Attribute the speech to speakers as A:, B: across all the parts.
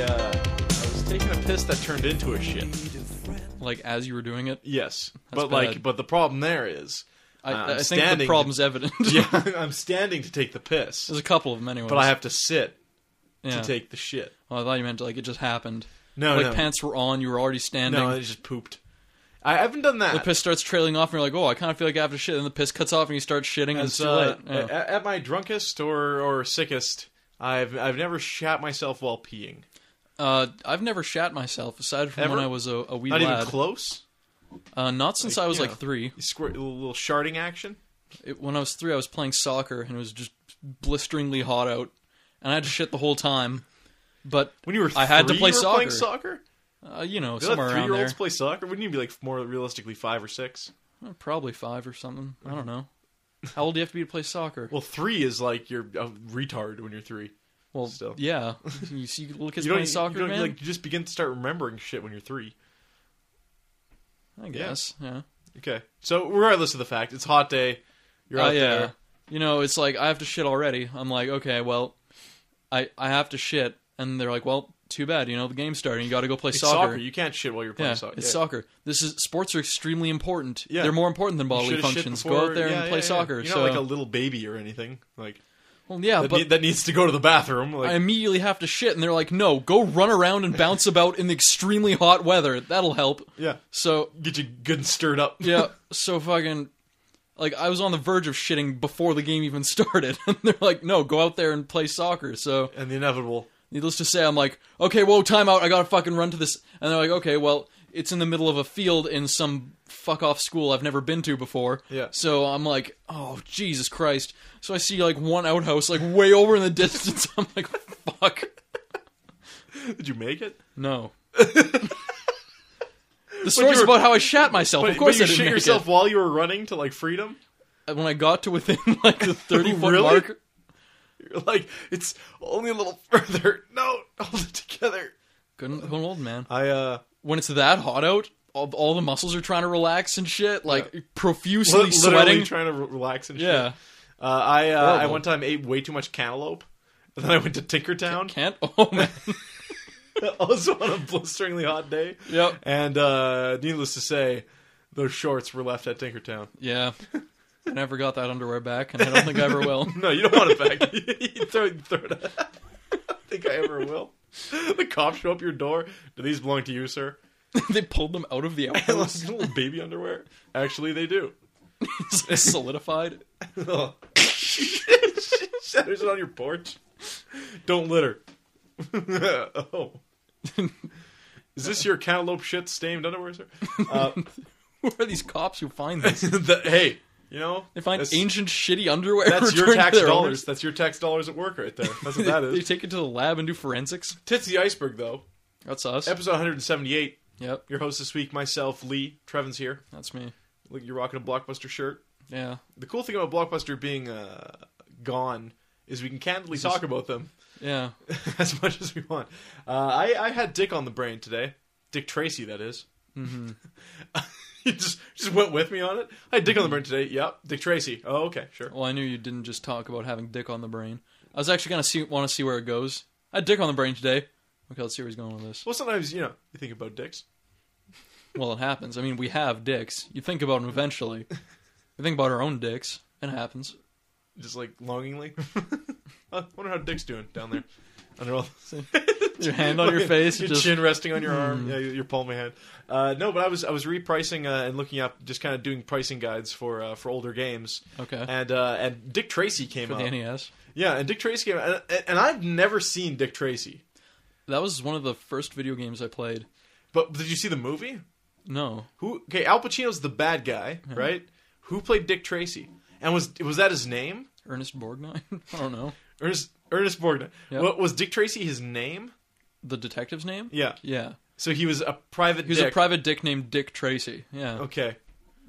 A: uh,
B: piss that turned into a shit. Like as you were doing it,
A: Yes, but
B: bad.
A: like, but the problem there is,
B: I,
A: uh,
B: I think the
A: standing-
B: problem's evident.
A: yeah, I'm standing to take the piss,
B: There's a couple of them anyway.
A: but I have to sit
B: yeah.
A: to take the shit.
B: Well, I thought you meant like it just happened.
A: No,
B: like
A: no,
B: pants were on, you were already standing.
A: no, it just pooped. I haven't done that.
B: the piss starts trailing off, and you're like, "Oh, I kind of feel like I have to shit." And the piss cuts off, and you start shitting, and
A: As,
B: it's too
A: uh,
B: late. Yeah.
A: a- at, my drunkest or or sickest, I've I've never shat myself while peeing.
B: Uh, I've never shat myself aside from
A: Ever?
B: when I was a, a wee
A: Not
B: lad.
A: even close.
B: uh, not since I was
A: you
B: like
A: know.
B: three.
A: You squirt a little, little sharding action.
B: It, when I was three, I was playing soccer, and it was just blisteringly hot out, and I had to shit the whole time. But
A: When you were
B: I had to
A: three,
B: play
A: you were playing
B: soccer.
A: soccer.
B: uh, you know,
A: Did
B: somewhere
A: three
B: around
A: year
B: there,
A: olds play soccer? Wouldn't you be like more realistically five or six?
B: Uh, probably five or something. I
A: Mm-hmm.
B: don't know. How old do you have to be to play soccer?
A: Well, three is like you're a retard when you're three.
B: Well,
A: still.
B: yeah. You see little kids
A: you don't, e-,
B: playing soccer,
A: you don't,
B: man.
A: Like, you just begin to start remembering shit when you're three.
B: I guess, yeah.
A: Okay, so regardless of the fact, it's hot day. You're
B: Oh
A: out
B: yeah.
A: there.
B: You know, it's like I have to shit already. I'm like, okay, well, I I have to shit, and they're like, well, too bad. You know, the game's starting. You got to go play
A: It's soccer.
B: soccer.
A: You can't shit while you're playing
B: yeah,
A: soccer.
B: it's
A: Yeah.
B: soccer. This is sports are extremely important.
A: Yeah.
B: They're more important than
A: You
B: bodily
A: should've shit
B: functions.
A: before-
B: Go out there
A: yeah,
B: and play
A: yeah, yeah.
B: soccer.
A: You're
B: so,
A: not like a little baby or anything. Like
B: well, yeah,
A: that,
B: but
A: need- that needs to go to the bathroom. Like
B: I immediately have to shit, and they're like, no, go run around and bounce about in the extremely hot weather. That'll help.
A: yeah,
B: So
A: get you good and stirred up.
B: yeah, so fucking like I was on the verge of shitting before the game even started, and they're like, "No, go out there and play soccer." So,
A: and the inevitable.
B: needless to say, I'm like, "Okay, whoa, timeout! I gotta fucking run to this." And they're like, "Okay, well, it's in the middle of a field in some fuck off school I've never been to before."
A: Yeah.
B: So I'm like, "Oh Jesus Christ!" So I see like one outhouse like way over in the distance. I'm like, "Fuck,
A: Did you make it?
B: no." the story's
A: were-
B: about how I shat myself.
A: But,
B: of course,
A: but you
B: I didn't
A: shit
B: make
A: yourself
B: it.
A: while you were running to like freedom.
B: when I got to within like the thirty foot
A: Really?
B: mark.
A: You're like it's only a little further. No, hold it together.
B: Good, good old man.
A: I uh
B: When it's that hot out, all, all the muscles are trying to relax and shit, like
A: li-
B: profusely
A: literally
B: sweating.
A: trying to re- relax and shit.
B: yeah,
A: Uh, I uh, I
B: Horrible.
A: one time ate way too much cantaloupe. And then I went to Tinkertown,
B: can't. Oh man,
A: also on a blisteringly hot day.
B: Yep.
A: And uh, needless to say, those shorts were left at Tinkertown.
B: yeah. I never got that underwear back, and I don't think I ever will.
A: No, you don't want it back. you throw, you throw it out. I think I ever will. The cops show up your door. Do these belong to you, sir?
B: they pulled them out of the
A: And
B: outhouse,
A: those little baby underwear. Actually, they do.
B: It's, like, solidified.
A: Ugh. Shatters it on your porch. Don't litter. oh. Is this your cantaloupe shit stained underwear, sir? Uh,
B: Who are these cops who find this?
A: the, hey, you know
B: They find
A: that's,
B: ancient shitty underwear.
A: That's your
B: returned to
A: tax
B: their
A: dollars.
B: owners.
A: That's your tax dollars at work right there. That's what that
B: They
A: is.
B: take it to the lab and do forensics.
A: Tits the iceberg, though.
B: That's us.
A: Episode 178.
B: Yep,
A: Your host this week, myself, Lee. Trevin's here.
B: that's me.
A: Look, you're rocking a Blockbuster shirt.
B: Yeah,
A: The cool thing about Blockbuster being uh, gone is we can candidly talk about them
B: yeah.
A: as much as we want. Uh, I, I had Dick on the brain today. Dick Tracy, that is. Mm-hmm. you just just went with me on it. I had Dick on the brain today. Yep, Dick Tracy. Oh, okay, sure.
B: Well, I knew you didn't just talk about having dick on the brain. I was actually gonna see, want to see where it goes. I had dick on the brain today. Okay, let's see where he's going with this.
A: Well, sometimes you know you think about dicks.
B: Well, it happens. I mean, we have dicks. You think about them eventually. We think about our own dicks. It happens.
A: just like longingly. I wonder how Dick's doing down there. Under all
B: Your hand on your face,
A: your
B: just- Mm-hmm.
A: chin resting on your arm, yeah, your palm of your hand. Uh, no, but I was I was repricing uh, and looking up, just kind of doing pricing guides for uh, for older games.
B: Okay.
A: and uh, and Dick Tracy came
B: For
A: up.
B: the E NES,
A: Yeah, and Dick Tracy came out, and, and I've never seen Dick Tracy.
B: that was one of the first video games I played.
A: But did you see the movie?
B: No,
A: Who? Okay, Al Pacino's the bad guy, right? Who played Dick Tracy? And was was that his name?
B: Ernest Borgnine. I don't know
A: Ernest Ernest Borgnine.
B: Yep.
A: What was Dick Tracy his name?
B: the detective's name.
A: Yeah.
B: yeah.
A: So he was a private.
B: He was
A: dick.
B: a private dick named Dick Tracy. Yeah,
A: Okay.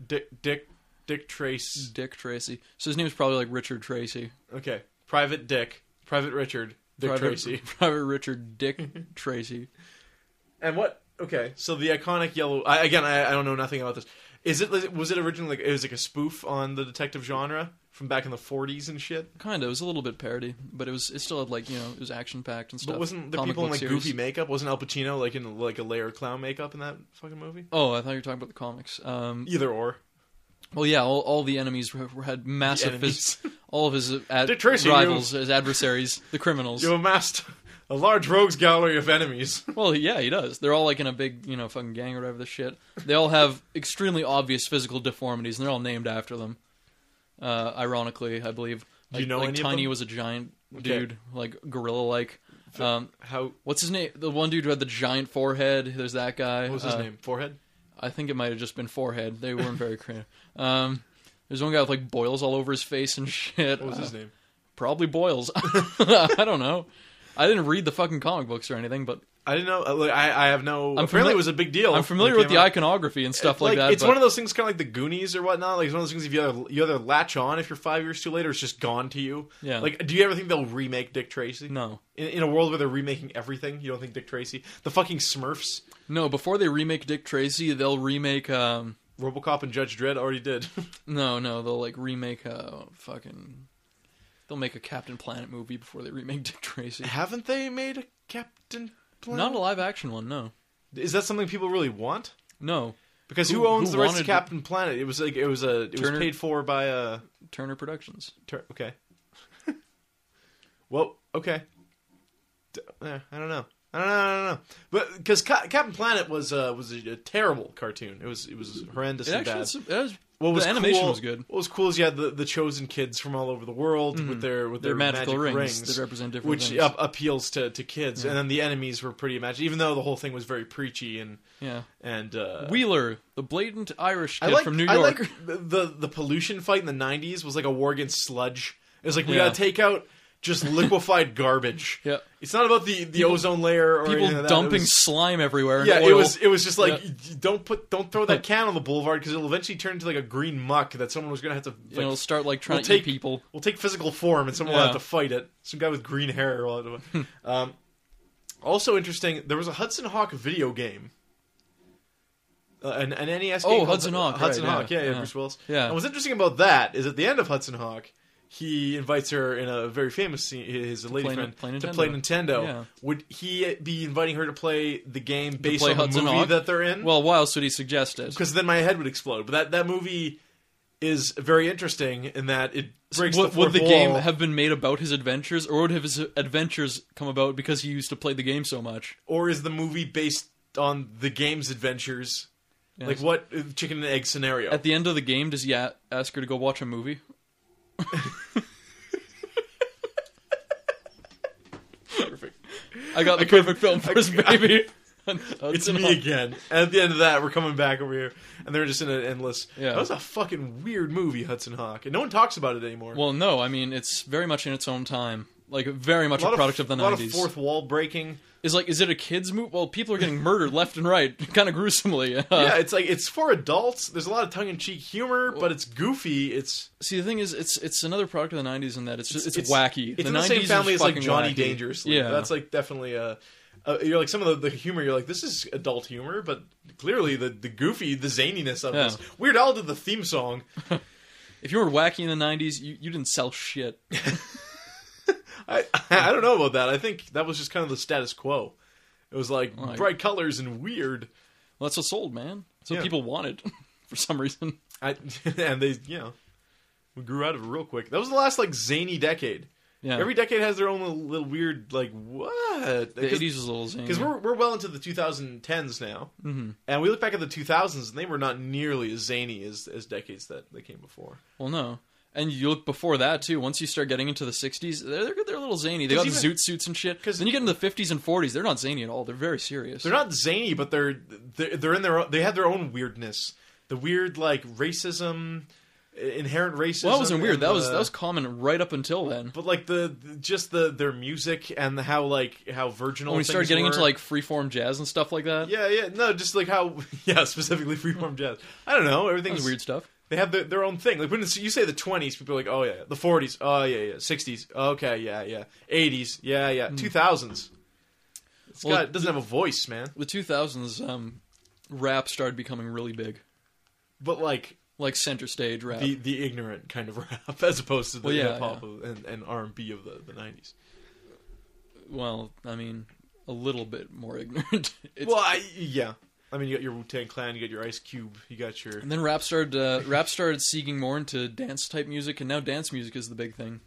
A: Dick Dick Dick Trace.
B: Dick Tracy. So his name is probably like Richard Tracy.
A: Okay. Private Dick. Private Richard. Dick
B: private,
A: Tracy.
B: Private Richard Dick Tracy.
A: And what? Okay. So the iconic yellow. I, again, I, I don't know nothing about this. Is it was it originally like it was like a spoof on the detective genre from back in the 40s and shit.
B: Kind of. It was a little bit parody, but it was it still had like you know it was action packed and stuff.
A: But wasn't the
B: Comic
A: people in like
B: book series.
A: goofy makeup? Wasn't Al Pacino like in like a layer of clown makeup in that fucking movie?
B: Oh, I thought you were talking about the comics. Um,
A: Either or.
B: Well, yeah, all, all the enemies were, were- had massive
A: enemies.
B: phys- all of his uh, ad-
A: Dick Tracy, you-
B: rivals, his adversaries, the criminals.
A: You amassed a large rogues gallery of enemies.
B: Well, yeah, he does. They're all like in a big, you know, fucking gang or whatever the shit. They all have extremely obvious physical deformities, and they're all named after them. Uh, ironically, I believe.
A: Do
B: Like,
A: you know
B: like
A: any of
B: Tiny
A: them?
B: was a giant
A: Okay.
B: dude, like gorilla-like. Um,
A: How?
B: what's his name? The one dude who had the giant forehead. There's that guy.
A: What was his
B: Uh,
A: name? Forehead.
B: I think it might have just been forehead. They weren't very creative. Um, there's one guy with like boils all over his face and shit.
A: What was
B: Uh,
A: his name?
B: Probably boils. I don't know. I didn't read the fucking comic books or anything, but
A: I didn't know. uh, Like, I I have no. apparently,
B: familiar-
A: it was a big deal.
B: I'm familiar
A: Oh, when it came
B: with the
A: out.
B: iconography and stuff like, that.
A: It's
B: but-
A: one of those things, kind of like the Goonies or whatnot. Like it's one of those things. If you either, you either latch on if you're five years too late, or it's just gone to you.
B: Yeah.
A: Like, do you ever think they'll remake Dick Tracy?
B: no,
A: In, in a world where they're remaking everything, you don't think Dick Tracy, the fucking Smurfs,
B: no. Before they remake Dick Tracy, they'll remake. Um,
A: RoboCop, and Judge Dredd already did.
B: no, no, they'll like remake a fucking. They'll make a Captain Planet movie before they remake Dick Tracy.
A: Haven't they made a Captain Planet?
B: Not a live action one. No,
A: Is that something people really want?
B: no.
A: Because who,
B: Who-
A: owns
B: who
A: the rights to
B: wanted-
A: Captain Planet? It was like it was a it
B: Turner-
A: was paid for by uh, a
B: Turner Productions.
A: tur- okay. well, okay. D- eh, I don't know. I don't know. I don't know. But because Ca- Captain Planet was uh, was a, a terrible cartoon. It was it was horrendous.
B: It
A: and
B: actually,
A: bad.
B: had some- it was,
A: what was
B: the animation
A: cool,
B: was good. Mm-hmm.
A: What was cool is you had the, the chosen kids from all over the world with their with
B: Their,
A: their,
B: magical
A: magic
B: rings, that represent different
A: which
B: things.
A: ap- appeals to, to kids. And then the enemies were pretty imaginative, even though the whole thing was very preachy and
B: yeah.
A: and uh,
B: Wheeler, the blatant Irish
A: I
B: kid
A: like
B: from New
A: I
B: York.
A: like the the- the pollution fight in the '90s was like a war against sludge. It was like we
B: Yeah.
A: gotta take out just liquefied garbage.
B: Yeah.
A: It's not about the, the ozone layer or
B: people
A: anything like that. It
B: dumping
A: was-
B: slime everywhere. And
A: yeah,
B: oil.
A: it was it was just like
B: Yeah.
A: y- don't put don't throw that can on the boulevard because it'll eventually turn into like a green muck that someone was gonna have to like,
B: You know, it'll start like trying
A: we'll
B: to
A: take
B: eat people.
A: We'll take physical form, and someone will
B: Yeah.
A: have to fight it. Some guy with green hair. Will have to, um, also interesting, there was a Hudson Hawk video game. Uh, an, an NES game.
B: Oh,
A: called
B: Hudson Hawk,
A: Hudson
B: right,
A: Hawk.
B: yeah,
A: Yeah, yeah,
B: yeah.
A: Bruce Willis.
B: Yeah.
A: And what's interesting about that is at the end of Hudson Hawk, he invites her in a very famous scene, his lady
B: play-
A: friend,
B: play
A: to play Nintendo.
B: Yeah.
A: Would he be inviting her to play the game based
B: play
A: on the
B: Hudson
A: movie
B: Hawk?
A: that they're in?
B: Well, why else would he suggest it?
A: because then my head would explode. But that, that movie is very interesting in that it breaks
B: Would,
A: the
B: would
A: fourth
B: the game
A: wall.
B: have been made about his adventures, or would have his adventures come about because he used to play the game so much?
A: or is the movie based on the game's adventures?
B: Yeah.
A: Like what uh, chicken and egg scenario?
B: At the end of the game, does he a- ask her to go watch a movie?
A: perfect.
B: I got the
A: couldn't-
B: perfect film
A: I-
B: for his
A: I-
B: baby.
A: It's me again. And at the end of that, we're coming back over here, and they're just in an endless.
B: Yeah.
A: That was a fucking weird movie, Hudson Hawk, and no one talks about it anymore.
B: Well, no, I mean it's very much in its own time, like very much a, product of, the
A: lot of
B: nineties.
A: fourth wall breaking.
B: Is like, is it a kids' movie? Well, people are getting murdered left and right, kind of gruesomely. Uh,
A: yeah, it's like it's for adults. There's a lot of tongue in cheek humor, but it's goofy. It's
B: See, the thing is, it's it's another product of the '90s in that it's just it's,
A: it's-
B: wacky.
A: it's
B: the
A: in the
B: 90s
A: same
B: is
A: family as like
B: fucking
A: Johnny
B: wacky.
A: Dangerously.
B: Yeah,
A: that's like definitely a. Uh, you're like some of the, the humor. You're like, this is adult humor, but clearly the the goofy, the zaniness of
B: Yeah.
A: this. Weird Al did the theme song.
B: if you were wacky in the '90s, you, you didn't sell shit.
A: I I don't know about that. I think that was just kind of the status quo. It was like
B: Like-
A: bright colors and weird.
B: Well, that's what sold, man. That's what
A: Yeah.
B: people wanted for some reason.
A: I, and they, you know, we grew out of it real quick. That was the last like zany decade.
B: Yeah,
A: Every decade has their own little, little weird like what
B: the
A: Because-
B: '80s was a little zany.
A: Because we're, we're well into the 2010s now, mm-hmm. and we look back at the 2000s, and they were not nearly as zany as, as decades that, that came before.
B: well, no, and you look before that too. Once you start getting into the '60s, they're they're, they're a little zany. They
A: 'Cause
B: got the
A: even-
B: zoot suits and shit.
A: 'cause-
B: Then you get into the '50s and '40s, they're not zany at all. They're very serious.
A: They're not zany, but they're they're, they're in their own, they had their own weirdness, the weird like racism, i- inherent racism.
B: Well, that wasn't weird.
A: and
B: That was
A: the-
B: that was common right up until then.
A: But like the the- just the their music and the, how like how virginal
B: When we started
A: things
B: getting
A: were.
B: into like freeform jazz and stuff like that,
A: yeah yeah no just like how yeah specifically freeform jazz. I don't know
B: that
A: everything's
B: was weird stuff.
A: They have their, their own thing. Like when it's- you say the twenties, people are like, oh yeah, the forties, oh yeah, yeah, sixties, okay, yeah, yeah, eighties, yeah, yeah, two thousands. It's
B: Hmm. Well,
A: got it doesn't have a voice, man.
B: The 2000s, um, rap started becoming really big.
A: But like
B: like center stage rap.
A: the the ignorant kind of rap as opposed to the
B: Well, yeah,
A: hip hop and, and R and B of the the nineties.
B: well, I mean, a little bit more ignorant. It's,
A: Well, I, yeah. I mean, you got your Wu Tang Clan, you got your Ice Cube, you got your
B: and then rap started uh, rap started seeking more into dance type music, and now dance music is the big thing.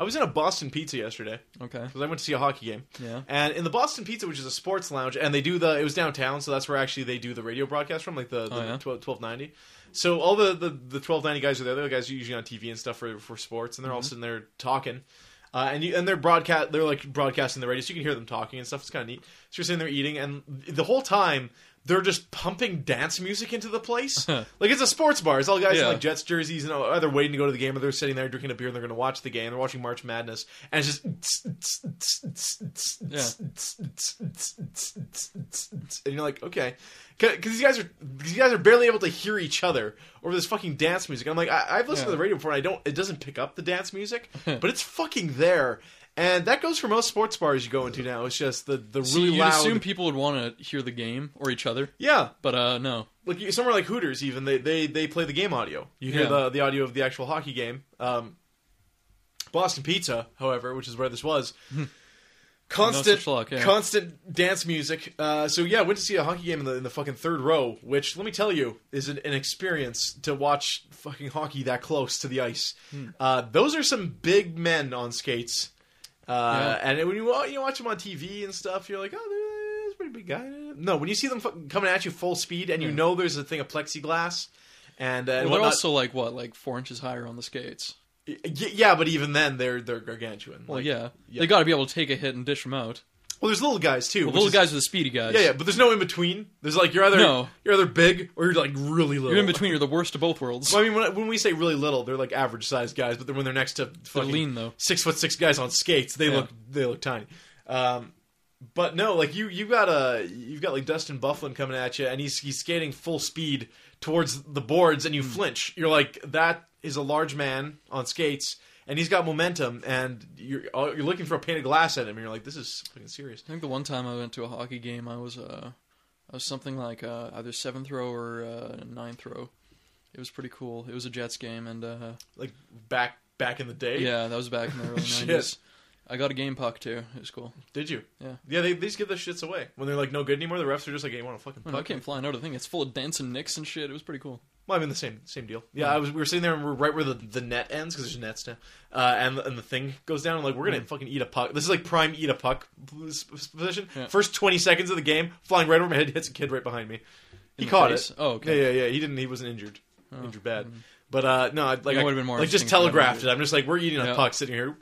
A: I was in a Boston Pizza yesterday
B: Okay,
A: because I went to see a hockey game,
B: yeah,
A: and in the Boston Pizza, which is a sports lounge, and they do the it was downtown, so that's where actually they do the radio broadcast from, like the, the
B: Oh, yeah?
A: 12, 1290. So all the, the the 1290 guys are there. The other guys are usually on TV and stuff for for sports, and
B: Mm-hmm.
A: they're all sitting there talking. Uh, and you, and they're broadcast they're like broadcasting the radio, so you can hear them talking and stuff. It's kind of neat. So you're sitting there eating, and the whole time they're just pumping dance music into the place. like it's a sports bar. It's all guys in
B: Yeah.
A: like Jets jerseys, and all- either waiting to go to the game, or they're sitting there drinking a beer and they're going to watch the game. They're watching March Madness, and it's just and you're like, okay, because these guys are these guys are barely able to hear each other over this fucking dance music. I'm like, I, I've listened to
B: Yeah.
A: the radio before, and I don't. It doesn't pick up the dance music, but it's fucking there. And that goes for most sports bars you go into now. It's just the the
B: So
A: really
B: you'd
A: loud.
B: assume people would want to hear the game or each other,
A: yeah,
B: but uh, no.
A: like you- somewhere like Hooters, even they they they play the game audio. You hear
B: Yeah.
A: the the audio of the actual hockey game. Um, Boston Pizza, however, which is where this was, constant
B: such luck, yeah.
A: constant dance music. Uh, so yeah, went to see a hockey game in the in the fucking third row, which let me tell you is an, an experience to watch fucking hockey that close to the ice.
B: Hmm.
A: Uh, those are some big men on skates. Uh, And when you wa- you watch them on TV and stuff, you're like, oh, there's a pretty big guy. No, when you see them fu- coming at you full speed, and you
B: Yeah.
A: know there's a thing of plexiglass, and uh, and
B: Well, they're
A: whatnot-
B: also like what, like four inches higher on the skates.
A: Y- yeah, but even then they're they're gargantuan.
B: Well,
A: Like-
B: yeah,
A: yeah.
B: they got to be able to take a hit and dish them out.
A: Well, there's little guys too.
B: Well,
A: which
B: little
A: is-
B: guys are the speedy guys.
A: Yeah, yeah, but there's no in between. There's like you're either
B: No.
A: you're either big or you're like really little.
B: You're in between. You're the worst of both worlds.
A: Well, I mean, when, I- when we say really little, they're like average sized guys, but then when they're next to
B: They're
A: fucking
B: lean though.
A: six foot six guys on skates. They
B: Yeah.
A: look they look tiny. Um, but no, like you you got a you've got like Dustin Bufflin coming at you, and he's he's skating full speed towards the boards, and you
B: Hmm.
A: flinch. You're like that is a large man on skates, and he's got momentum, and you're oh, you're looking for a pane of glass at him, and you're like this is fucking serious.
B: I think the one time I went to a hockey game, I was uh, I was something like uh, either seventh row or uh, ninth row. It was pretty cool. It was a Jets game, and uh,
A: Like back back in the day,
B: yeah, that was back in the early
A: Shit.
B: nineties. I got a game puck too. It was cool.
A: did you?
B: Yeah.
A: yeah. They, they just give the shits away when they're like no good anymore. The refs are just like, hey, you want to fucking
B: I,
A: puck?
B: came flying out of the thing. It's full of dancing nicks and shit. It was pretty cool.
A: Well, I mean the same same deal. Yeah,
B: Yeah.
A: I was we were sitting there and we're right where the, the net ends because there's nets now, uh, and the- and the thing goes down. And like we're
B: Hmm.
A: gonna fucking eat a puck. This is like prime eat a puck s- s- position.
B: Yeah.
A: First twenty seconds of the game, flying right over my head, hits a kid right behind me.
B: In
A: He
B: the
A: caught
B: face.
A: it.
B: Oh, okay.
A: Yeah, yeah, yeah. He didn't. He wasn't injured.
B: Oh,
A: Injured bad. But uh, no, I, like
B: know
A: I,
B: what would've been more
A: like just
B: interesting if they were
A: telegraphed it.
B: injured?
A: I'm just like we're eating a
B: Yeah.
A: puck sitting here.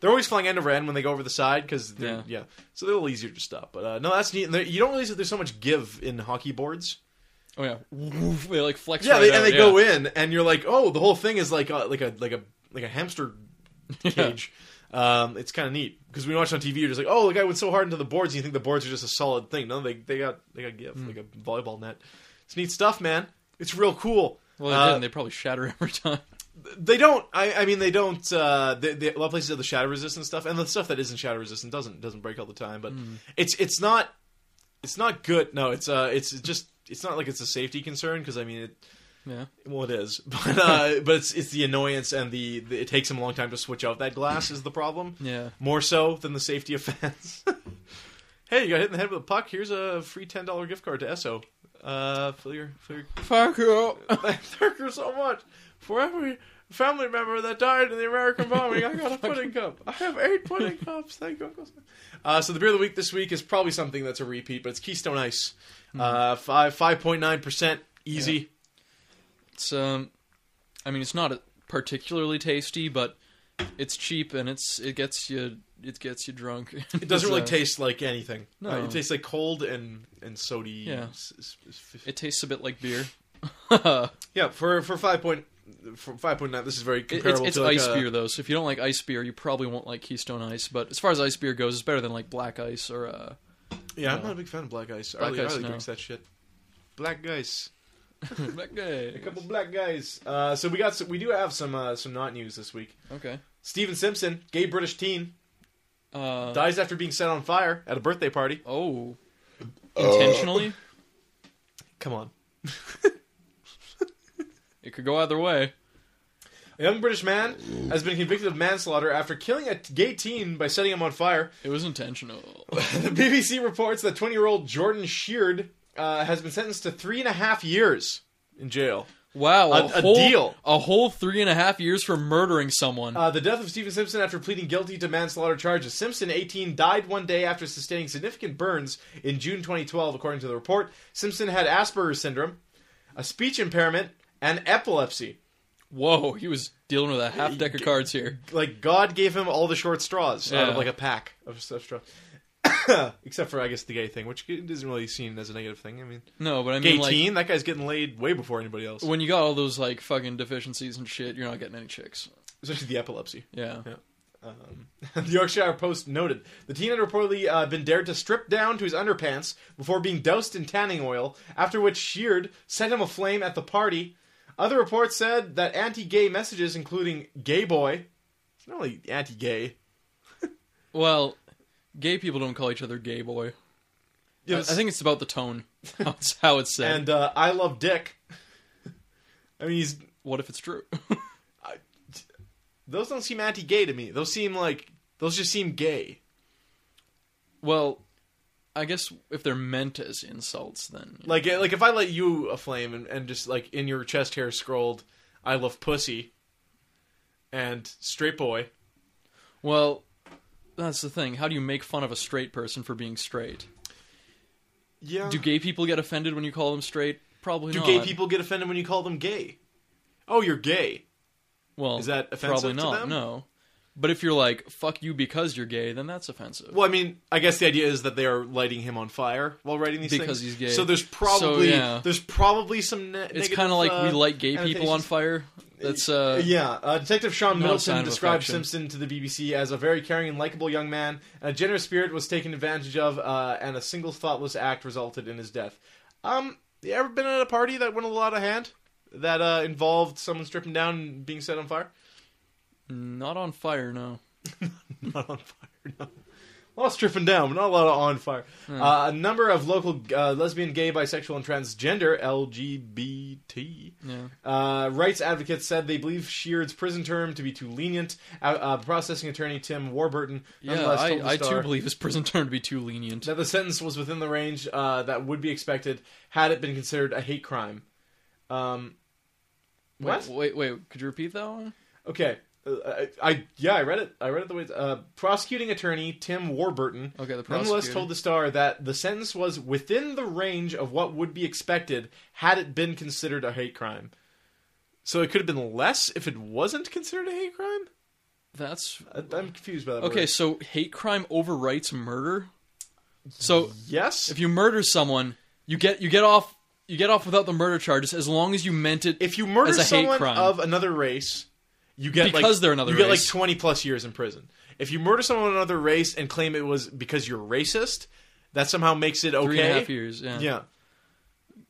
A: They're always flying end over end when they go over the side because yeah.
B: Yeah.
A: yeah, so they're a little easier to stop. But uh, no, that's neat. And there- you don't realize that there's so much give in hockey boards.
B: Oh yeah, Woof, they like flex.
A: Yeah,
B: right
A: they,
B: out,
A: and they
B: yeah.
A: go in, and you're like, oh, the whole thing is like a, like a like a like a hamster
B: Yeah.
A: cage. Um, it's kind of neat because when you watch it on TV, you're just like, oh, the guy went so hard into the boards, and you think the boards are just a solid thing. No, they they got they got give
B: Hmm.
A: like a volleyball net. It's neat stuff, man. It's real cool.
B: Well, they
A: Uh,
B: didn't. They probably shatter every time.
A: They don't. I, I mean, they don't. Uh, they, they, a lot of places have the shatter resistant stuff, and the stuff that isn't shatter resistant doesn't doesn't break all the time. But it's it's not it's not good. No, it's uh, it's just it's not like it's a safety concern because I mean it.
B: Yeah.
A: Well, it is, but uh, but it's it's the annoyance and the, the it takes them a long time to switch out that glass is the problem
B: Yeah.
A: more so than the safety offense. hey, you got hit in the head with a puck. Here's a free ten dollar gift card to Esso. Uh, fill your fill your.
B: Fuck you.
A: Thank you so much for every family member that died in the American bombing. I got a pudding cup. I have eight pudding cups. Thank you, Uncle. Sam. Uh, so the beer of the week this week is probably something that's a repeat, but it's Keystone Ice.
B: Mm-hmm.
A: Uh, five five point nine percent, easy.
B: It's um, I mean, it's not particularly tasty, but it's cheap and it's it gets you it gets you drunk.
A: It doesn't really taste like anything. No,
B: uh, No.
A: it tastes like cold and and sody.
B: Yeah.
A: s- s- s-
B: It tastes a bit like beer. It-
A: yeah. For for five point for five point nine, this is very
B: it's
A: comparable
B: it's
A: to like
B: ice
A: a-
B: beer though, so if you don't like ice beer, you probably won't like Keystone Ice. But as far as ice beer goes, it's better than like black ice or uh,
A: Yeah, I'm
B: No.
A: not a big fan of black ice.
B: Black
A: Arlie,
B: ice,
A: Arlie
B: no.
A: drinks that shit. Black ice.
B: black
A: A
B: day.
A: couple black guys. Uh, so we got some, we do have some uh, some not news this week.
B: Okay.
A: Steven Simpson, gay British teen,
B: Uh,
A: dies after being set on fire at a birthday party.
B: oh,
A: Uh.
B: intentionally?
A: Come on.
B: It could go either way.
A: A young British man has been convicted of manslaughter after killing a gay teen by setting him on fire.
B: It was intentional.
A: The BBC reports that 20 year old Jordan Sheard uh, has been sentenced to three and a half years in jail.
B: Wow,
A: A- a
B: whole,
A: deal.
B: a whole three and a half years for murdering someone.
A: Uh, the death of Stephen Simpson after pleading guilty to manslaughter charges. Simpson, 18, died one day after sustaining significant burns in June 2012, according to the report. Simpson had Asperger's syndrome, a speech impairment, and epilepsy.
B: Whoa, he was dealing with a half deck of cards here.
A: Like, God gave him all the short straws out
B: Yeah.
A: of, like, a pack of stuff straws. Except for, I guess, the gay thing, which isn't really seen as a negative thing. I mean,
B: No, but I
A: gay
B: mean, like,
A: teen, that guy's getting laid way before anybody else,
B: when you got all those like fucking deficiencies and shit, you're not getting any chicks.
A: especially the epilepsy.
B: Yeah.
A: Yeah. Um, the Yorkshire Post noted the teen had reportedly uh, been dared to strip down to his underpants before being doused in tanning oil, after which Sheard set him aflame at the party. Other reports said that anti gay messages, including gay boy, it's not really anti gay.
B: Well, gay people don't call each other gay boy. I- I, think it's about the tone. That's how it's said.
A: And uh, I love dick. I mean, he's,
B: what if it's true?
A: those don't seem anti gay to me. Those seem like, those just seem gay.
B: well, I guess if they're meant as insults, then
A: Like, uh, like if I let you aflame and, and just like in your chest hair scrolled, I love pussy, and straight boy.
B: well, that's the thing. How do you make fun of a straight person for being straight?
A: Yeah.
B: Do
A: Do,
B: gay people get offended when you call them straight? Probably not.
A: gay people get offended when you call them gay? Oh, you're gay.
B: Well,
A: Is that
B: probably
A: offensive to
B: not.
A: them?
B: No, but if you're like "fuck you" because you're gay, then that's offensive.
A: Well, I mean, I guess the idea is that they are lighting him on fire while writing these
B: Because
A: things.
B: he's gay.
A: So there's
B: So,
A: probably
B: yeah.
A: there's probably some. Ne-
B: it's
A: negative,
B: kind of like we
A: uh,
B: light gay people on
A: annotations.
B: fire. That's uh,
A: Yeah, uh, Detective Sean
B: Not a sign
A: Middleton
B: of
A: described
B: affection.
A: Simpson to the BBC as a very caring and likable young man. A generous spirit was taken advantage of, uh, and a single thoughtless act resulted in his death. Um, you ever been at a party that went a lot of hand? That uh, involved someone stripping down and being set on fire?
B: not on fire. No.
A: not on fire, no. A lot of stripping down, but not a lot of on fire.
B: Hmm.
A: Uh, a number of local uh, lesbian, gay, bisexual, and transgender LGBT
B: Yeah.
A: Uh, rights advocates said they believe Sheard's prison term to be too lenient. Uh, uh, processing attorney Tim Warburton,
B: Yeah,
A: nonetheless, told the
B: I, I
A: Star
B: too believe his prison term to be too lenient.
A: that the sentence was within the range uh, that would be expected had it been considered a hate crime. Um, what?
B: Wait, wait, wait, could you repeat that one?
A: Okay, uh, I, I yeah, I read it. I read it the way. Uh, prosecuting attorney Tim Warburton,
B: Okay, the
A: nonetheless,
B: prosecutor.
A: told the Star that the sentence was within the range of what would be expected had it been considered a hate crime. So it could have been less if it wasn't considered a hate crime.
B: That's
A: I- I'm confused by that.
B: okay.
A: word.
B: So hate crime overwrites murder. So
A: yes,
B: if you murder someone, you get you get off you get off without the murder charges as long as you meant it.
A: if you murder
B: as a hate
A: someone
B: crime.
A: of another race, you get
B: Because
A: like,
B: they're another
A: you get like
B: race.
A: 20 plus years in prison. If you murder someone of another race and claim it was because you're racist, that somehow makes it okay.
B: three and a half years. Yeah.
A: Yeah.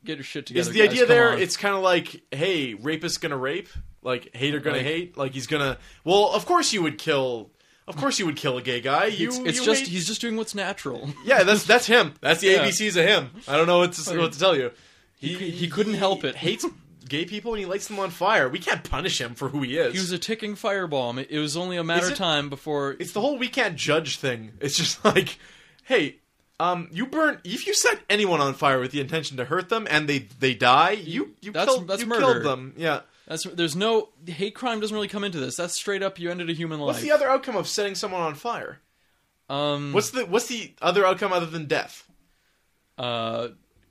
B: Get your shit together.
A: Is the
B: guys,
A: idea
B: come
A: there?
B: on.
A: It's kind of like, hey, rapist's gonna rape, like hater gonna
B: Like-
A: hate, like he's gonna. Well, of course you would kill. Of course you would kill a gay guy. You,
B: it's, it's
A: you
B: just
A: hate-
B: he's just doing what's natural.
A: yeah. That's that's him. That's the
B: Yeah.
A: ABCs of him. I don't know what to, what to tell you.
B: He cou- he couldn't help it.
A: Hates gay people and he lights them on fire. We can't punish him for who he is.
B: He was a ticking firebomb. It, it was only a matter
A: Is
B: of
A: it-
B: time before.
A: it's the whole we can't judge thing. It's just like, hey, um, you burn if you set anyone on fire with the intention to hurt them and they they die, you you
B: That's-
A: killed
B: that's
A: you
B: murder.
A: killed them. Yeah.
B: That's there's no hate crime doesn't really come into this. That's straight up you ended a human life.
A: What's the other outcome of setting someone on fire?
B: Um,
A: What's the what's the other outcome other than death?
B: uh,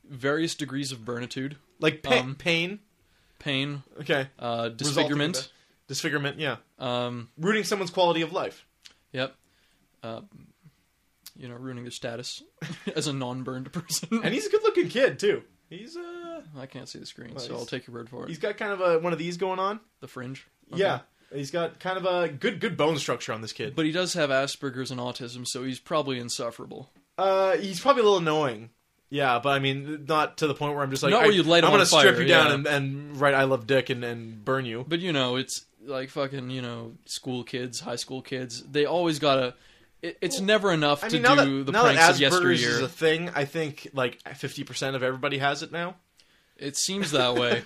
B: various degrees of burnitude,
A: Like pa-
B: Um,
A: pain.
B: pain,
A: Okay.
B: uh,
A: Resulting in
B: disfigurement.
A: death. Disfigurement. Yeah.
B: Um,
A: Rooting someone's quality of life.
B: yep. Uh, you know, ruining their status as a non-burned person.
A: And he's a good-looking kid too. He's uh
B: I can't see the screen,
A: Well,
B: so I'll
A: he's-
B: take your word for it.
A: he's got kind of a one of these going on.
B: The fringe.
A: Yeah. He's got kind of a good good bone structure on this kid.
B: But he does have Asperger's and autism, so he's probably insufferable.
A: Uh, he's probably a little annoying. Yeah, but I mean, not to the point where I'm just like,
B: Not
A: I,
B: where you'd light him
A: I'm gonna
B: on
A: strip
B: fire,
A: you down
B: yeah.
A: and, and write "I love dick" and, and burn you.
B: But you know, it's like fucking you know, school kids, high school kids. They always gotta. It, it's never enough
A: I
B: to
A: mean, now
B: do
A: that
B: the
A: now that
B: pranks of
A: Asperger's
B: yesteryear.
A: is a thing, I think like 50 percent of everybody has it now.
B: It seems that way.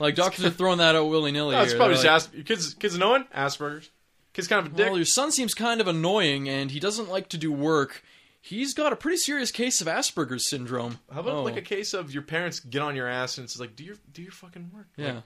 B: Like doctors are throwing that out willy nilly.
A: No, it's probably just Asperger's. Your kids, kids knowing Asperger's. Kid's kind of a dick.
B: Well, your son seems kind of annoying, and he doesn't like to do work. He's got a pretty serious case of Asperger's syndrome.
A: How about
B: Oh,
A: like a case of your parents get on your ass and it's like do your do your fucking work. Like,
B: yeah?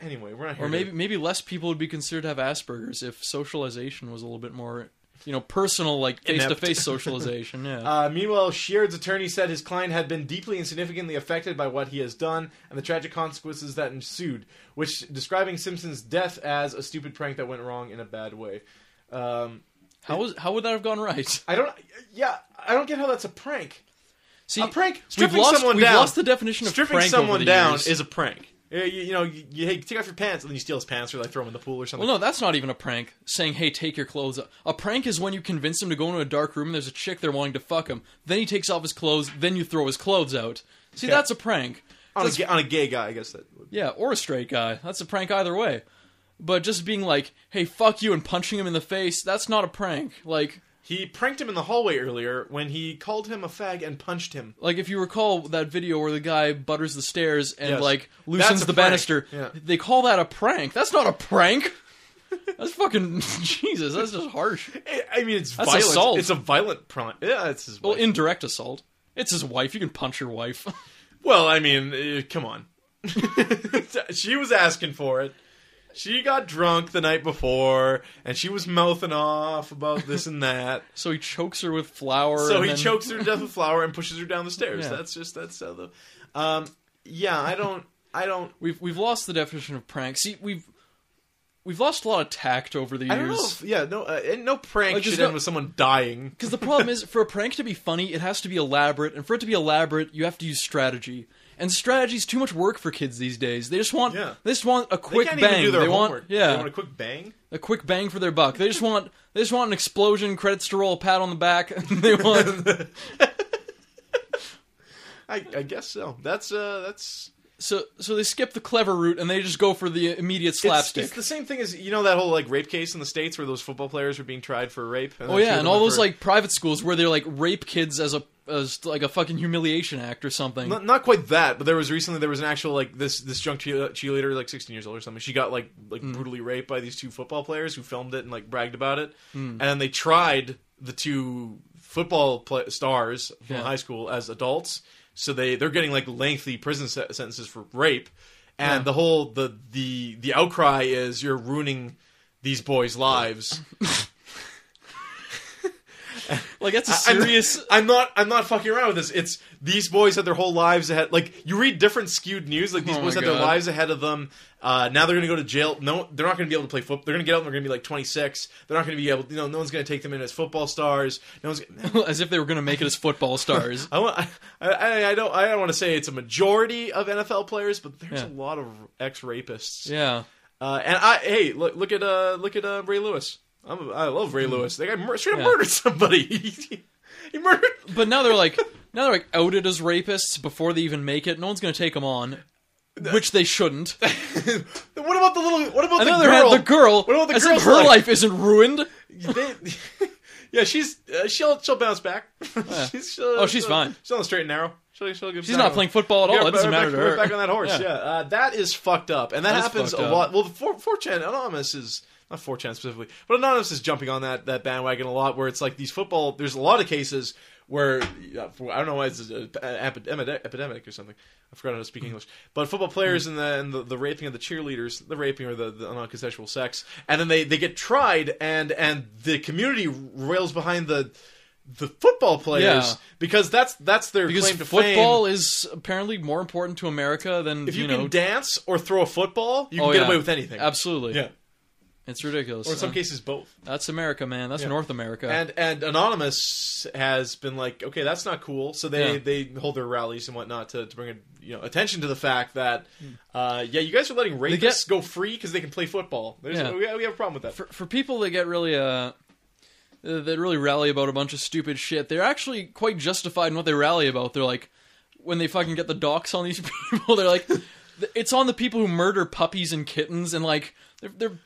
A: anyway, we're not here.
B: or
A: to-
B: maybe maybe less people would be considered to have Asperger's if socialization was a little bit more, you know, personal, like face
A: Inept.
B: to face socialization. Yeah.
A: Uh, meanwhile, Sheard's attorney said his client had been deeply and significantly affected by what he has done and the tragic consequences that ensued, which describing Simpson's death as a stupid prank that went wrong in a bad way. Um,
B: how was how would that have gone right?
A: I don't. Yeah, I don't get how that's a prank.
B: See,
A: A prank?
B: we've
A: Stripping
B: lost-
A: someone
B: we've
A: down.
B: lost the definition of
A: Stripping
B: prank over
A: someone
B: the
A: down
B: years.
A: is a prank. Yeah, You, you know, you, you hey, take off your pants and then you steal his pants or like throw him in the pool or something.
B: Well, no, that's not even a prank. Saying, "Hey, take your clothes off." A prank is when you convince him to go into a dark room and there's a chick there wanting to fuck him. Then he takes off his clothes. Then you throw his clothes out. See,
A: Yeah.
B: that's a prank.
A: on, a,
B: That's-
A: ga- on a gay guy, I guess that. Would
B: yeah, or a straight guy. That's a prank either way. But just being like, "Hey, fuck you," and punching him in the face—that's not a prank. Like,
A: He pranked him in the hallway earlier when he called him a fag and punched him.
B: like if you recall that video where the guy butters the stairs and
A: Yes.
B: like
A: That's
B: loosens
A: a
B: the
A: prank.
B: banister,
A: Yeah.
B: they call that a prank. That's not a prank. that's fucking Jesus. That's just harsh.
A: I- I mean, it's
B: That's
A: violent.
B: assault.
A: It's a violent prank. Yeah, it's his
B: Well,
A: wife.
B: indirect assault. It's his wife. You can punch your wife.
A: Well, I mean, uh, come on. she was asking for it. She got drunk the night before, and she was mouthing off about this and that.
B: so he chokes her with flour.
A: so
B: and
A: he
B: then-
A: chokes her to death with flour and pushes her down the stairs.
B: Yeah.
A: That's just that's how the. Um, yeah, I don't. I don't.
B: We've we've lost the definition of prank. See, we've we've lost a lot of tact over the
A: I don't know.
B: years.
A: If, yeah, no. Uh, and no prank
B: Like, there's
A: should
B: no-
A: end with someone dying.
B: Because the problem is, for a prank to be funny, it has to be elaborate, and for it to be elaborate, you have to use strategy. And strategy's too much work for kids these days. They just want
A: Yeah.
B: they just want a
A: They
B: quick
A: can't
B: bang.
A: even do their
B: they
A: homework.
B: want yeah,
A: They want a quick bang.
B: a quick bang for their buck. They just want they just want an explosion, credits to roll, a pat on the back. they want
A: I, I guess so. That's uh, that's
B: so so they skip the clever route and they just go for the immediate
A: it's-
B: slapstick.
A: It's, the same thing as you know that whole like rape case in the states where those football players were being tried for rape.
B: Oh yeah, and all those like private schools where they're like rape kids as a as like a fucking humiliation act or something.
A: not, not quite that, but there was recently there was an actual like this this junk cheer- cheerleader like 16 years old or something. She got like like
B: Hmm.
A: brutally raped by these two football players who filmed it and like bragged about it,
B: Hmm.
A: and then they tried the two football pla stars from
B: Yeah.
A: high school as adults. So they they're getting like lengthy prison se- sentences for rape, and
B: Yeah.
A: the whole the the the outcry is you're ruining these boys' lives.
B: like that's a
A: I'm-
B: serious.
A: I'm, not. I'm not fucking around with this. It's these boys had their whole lives ahead. Like you read different skewed news. Like these
B: Oh
A: boys
B: my
A: had their
B: God.
A: lives ahead of them. Uh, now they're gonna go to jail. No, they're not gonna be able to play football. They're gonna get out. and They're gonna be like 26. They're not gonna be able. You know, no one's gonna take them in as football stars. No one's.
B: as if they were going to make it as football stars.
A: I want. I, I, I don't. I don't want to say it's a majority of NFL players, but there's a
B: Yeah.
A: lot of ex rapists.
B: yeah,
A: Uh, and I. Hey, look. Look at. Uh, look at uh, Ray Lewis. I'm, I love Ray Lewis. That guy mur- straight up
B: Mm-hmm. Yeah.
A: murdered somebody. he, he murdered.
B: but now they're like now they're like outed as rapists before they even make it. No one's going to take them on, which they shouldn't.
A: What about the little? What about
B: On
A: the
B: the
A: girl?
B: other hand, the girl,
A: What about the
B: as
A: girl's
B: if her
A: life?
B: life, isn't ruined.
A: They- yeah, she's uh, she'll she'll bounce back. she's, she'll,
B: Oh, she's
A: she'll-
B: fine.
A: She's on the straight and narrow. She'll, she'll give
B: She's not playing football at all.
A: Yeah,
B: It doesn't
A: right
B: matter
A: back,
B: to her.
A: right back on that horse. Yeah,
B: Yeah.
A: Uh, that is fucked up, and that,
B: That is
A: happens
B: fucked
A: a
B: up.
A: lot. Well, the 4- 4chan anonymous is not 4chan specifically, but anonymous is jumping on that that bandwagon a lot. Where it's like these football. There's a lot of cases where uh, for- I don't know why it's an epidemic, epidemic or something. I forgot how to
B: Hmm.
A: speak English. But football players and the and the, the raping of the cheerleaders, the raping or the, the non-consensual sex, and then they they get tried, and and the community rails behind the. The football players,
B: Yeah.
A: because that's that's their
B: because
A: claim to fame
B: football is apparently more important to America than
A: if you,
B: know.
A: can dance or throw a football, you can
B: oh,
A: get
B: yeah.
A: away with anything.
B: Absolutely,
A: Yeah.
B: it's ridiculous.
A: Or in some
B: Uh,
A: cases, both.
B: that's America, man. That's
A: Yeah.
B: North America.
A: And and anonymous has been like, okay, that's not cool. So they,
B: Yeah.
A: they hold their rallies and whatnot to, to bring you know attention to the fact that, uh, yeah, you guys are letting rapists
B: Hmm. get-
A: go free because they can play football. There's,
B: Yeah.
A: we, have, we have a problem with that.
B: for for people that get really uh that really rally about a bunch of stupid shit, they're actually quite justified in what they rally about. They're like when they fucking get the docs on these people, they're like it's on the people who murder puppies and kittens and like they're, they're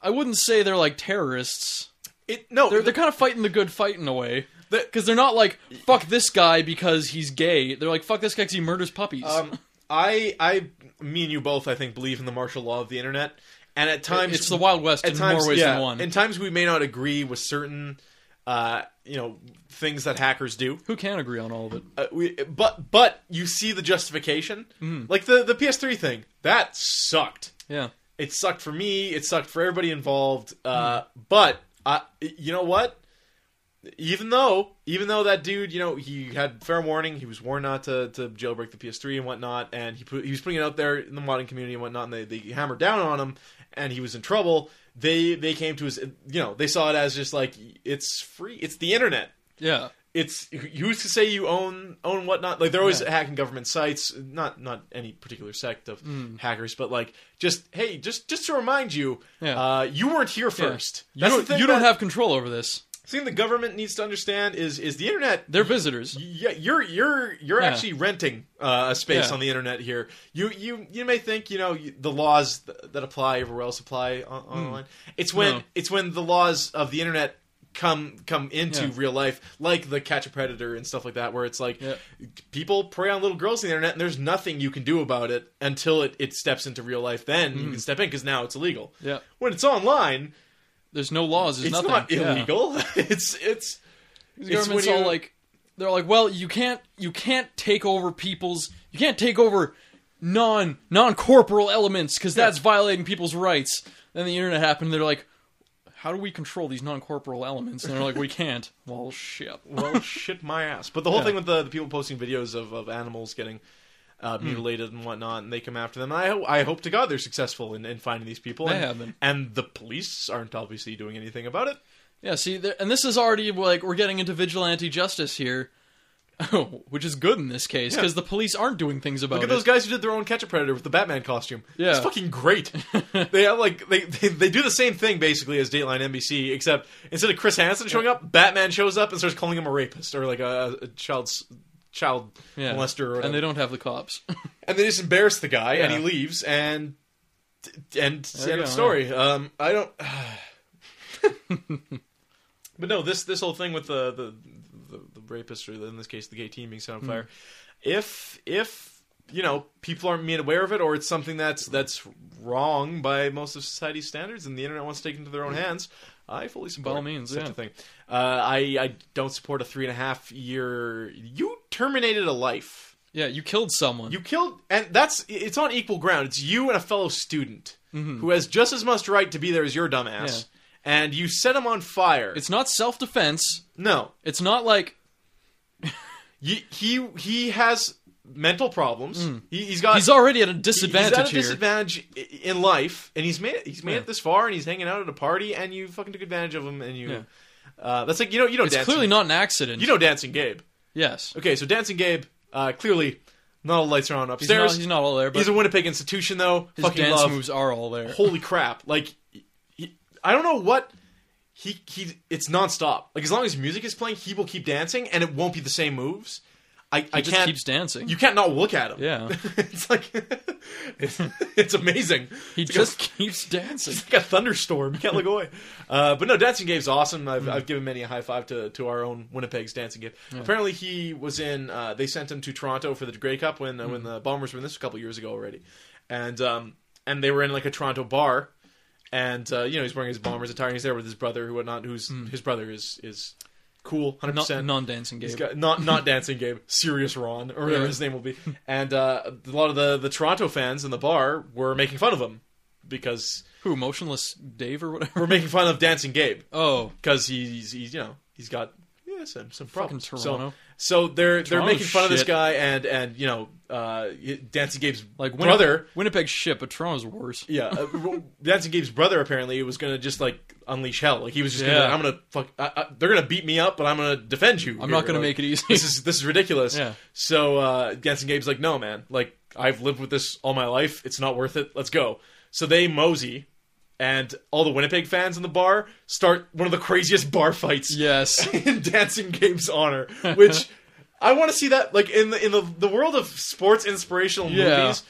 B: I wouldn't say they're like terrorists.
A: It no,
B: They're they're kind of fighting the good fight in a way.
A: The-
B: Because they're not like fuck this guy because he's gay. They're like fuck this guy because he murders puppies.
A: Um, I I me and you both, I think, believe in the martial law of the internet, and at times
B: it's the Wild West in more ways
A: yeah,
B: than one.
A: At times, we may not agree with certain, uh, you know, things that hackers do.
B: Who can agree on all of it?
A: Uh, we, but but you see the justification, like the the PS3 thing that sucked.
B: Yeah.
A: It sucked for me. It sucked for everybody involved. Uh, But I, you know what? Even though even though that dude, you know, he had fair warning. He was warned not to, to jailbreak the PS3 and whatnot, and he put, he was putting it out there in the modding community and whatnot, and they, they hammered down on him, and he was in trouble. They they came to his, you know, they saw it as just like it's free. It's the internet
B: Yeah.
A: it's who's to say you own own whatnot? Like they're always
B: Yeah.
A: hacking government sites, not not any particular sect of
B: Mm.
A: hackers, but like just hey, just just to remind you,
B: Yeah.
A: uh, you weren't here first.
B: You
A: That's
B: don't,
A: the thing
B: you don't
A: that-
B: have control over this.
A: thing the government needs to understand is is the internet.
B: They're visitors.
A: Yeah, you're you're you're
B: Yeah.
A: actually renting uh, a space
B: Yeah.
A: on the internet here. You you you may think you know you- the laws th- that apply everywhere else apply on, online. It's when
B: Hmm. No.
A: it's when the laws of the internet come come into
B: Yeah.
A: real life, like the Catch a Predator and stuff like that, where it's like
B: Yeah.
A: people prey on little girls on the internet, and there's nothing you can do about it until it it steps into real life. Then you can step in because now it's illegal.
B: Hmm. Yeah.
A: When it's online,
B: There's no laws. There's
A: it's
B: nothing.
A: not
B: Yeah.
A: illegal. it's it's
B: The
A: It's
B: government's
A: when
B: all
A: you-
B: like, they're like, well, you can't, you can't take over people's, you can't take over non non corporal elements because that's violating people's rights. Then the internet happened. And they're like, how do we control these non corporal elements? And they're like, we can't. Well, shit.
A: well, shit my ass. But the whole
B: Yeah.
A: thing with the, the people posting videos of, of animals getting uh,
B: Hmm.
A: mutilated and whatnot, and they come after them. And I, ho- I hope to God they're successful in, in finding these people.
B: They
A: and,
B: have been.
A: And the police aren't obviously doing anything about it.
B: Yeah. See, there, and this is already like we're getting into vigilante justice here. Which is good in this case
A: Yeah.
B: because the police aren't doing things about
A: Look at
B: it.
A: those guys who did their own Catch a Predator with the Batman costume.
B: Oh, Yeah.
A: It's fucking great. they have like they, they they do the same thing basically as Dateline NBC, except instead of Chris Hansen showing up, Batman shows up and starts calling him a rapist or like a, a child's child
B: Yeah.
A: molester or whatever.
B: and they don't have the cops.
A: and they just embarrass the guy, and he
B: Yeah.
A: leaves, and and
B: There you
A: end of
B: go,
A: story. Um, I don't. but no, this this whole thing with the the, the, the rapist, or in this case, the gay teen being set on fire. If if you know people aren't made aware of it, or it's something that's that's wrong by most of society's standards, and the internet wants to take it into their own hands. I fully support
B: By all means,
A: such
B: yeah.
A: a thing. Uh, I I don't support a three and a half year. You terminated a life.
B: yeah, you killed someone.
A: You killed, and that's it's on equal ground. It's you and a fellow student
B: Mm-hmm.
A: who has just as much right to be there as your dumbass, and you set him on fire.
B: it's not self defense.
A: no,
B: It's not like
A: you, he he has mental problems. Uh, He, he's got
B: Mm. he's already at a
A: he's at
B: disadvantage
A: a
B: here.
A: disadvantage i- in life, and he's made it, he's made
B: Yeah.
A: it this far, and he's hanging out at a party, and you fucking took advantage of him, and you.
B: Yeah.
A: Uh, that's like you know you know
B: It's
A: dancing,
B: clearly not an accident.
A: you know dancing Gabe.
B: yes.
A: Okay, so dancing Gabe uh, clearly not all the lights are on
B: He's
A: upstairs.
B: not, he's not all there, but
A: He's a Winnipeg institution though.
B: his
A: fucking
B: dance
A: love.
B: moves are all there.
A: holy crap like he, i don't know what he he it's nonstop like as long as music is playing he will keep dancing and it won't be the same moves i i
B: He just
A: can't
B: keeps dancing.
A: you can't not look at him
B: Yeah.
A: it's like it's, it's amazing
B: he
A: It's like a-
B: just keeps dancing.
A: it's like a thunderstorm. You can't look away. Uh, but no, Dancing Gabe's awesome. I've,
B: Hmm.
A: I've given many a high five to, to our own Winnipeg's Dancing Gabe. Apparently, he was in. Uh, they sent him to Toronto for the Grey Cup when uh,
B: Hmm.
A: when the Bombers were in this a couple years ago already, and um, and they were in like a Toronto bar, and uh, you know he's wearing his Bombers attire. and He's there with his brother, who whatnot, who's his brother is is cool, hundred
B: Hmm. Not,
A: percent.
B: non-dancing game.
A: He's got not not dancing Gabe, serious Ron or whatever
B: Yeah.
A: his name will be, and uh, a lot of the, the Toronto fans in the bar were making fun of him because
B: Who? Motionless Dave or whatever.
A: we're making fun of Dancing Gabe
B: Oh,
A: because he's he's you know he's got yeah some some problems.
B: Toronto.
A: So, so they're they're
B: Toronto's
A: making fun of this
B: shit.
A: guy and and you know uh, Dancing Gabe's
B: like Winni-
A: brother.
B: Winnipeg ship, but Toronto's worse.
A: Yeah, uh, w- Dancing Gabe's brother apparently was gonna just like unleash hell. Like he was just gonna
B: Yeah.
A: be like, I'm gonna fuck. I, I, they're gonna beat me up, but I'm gonna defend you.
B: I'm not
A: here."
B: gonna
A: Like,
B: make it easy.
A: This is this is ridiculous.
B: Yeah.
A: So uh, Dancing Gabe's like, no man, like I've lived with this all my life. It's not worth it. Let's go. So they mosey, and all the Winnipeg fans in the bar start one of the craziest bar fights
B: Yes.
A: in Dancing Gabe's honor, which I want to see that like in the in the, the world of sports inspirational
B: Yeah.
A: movies.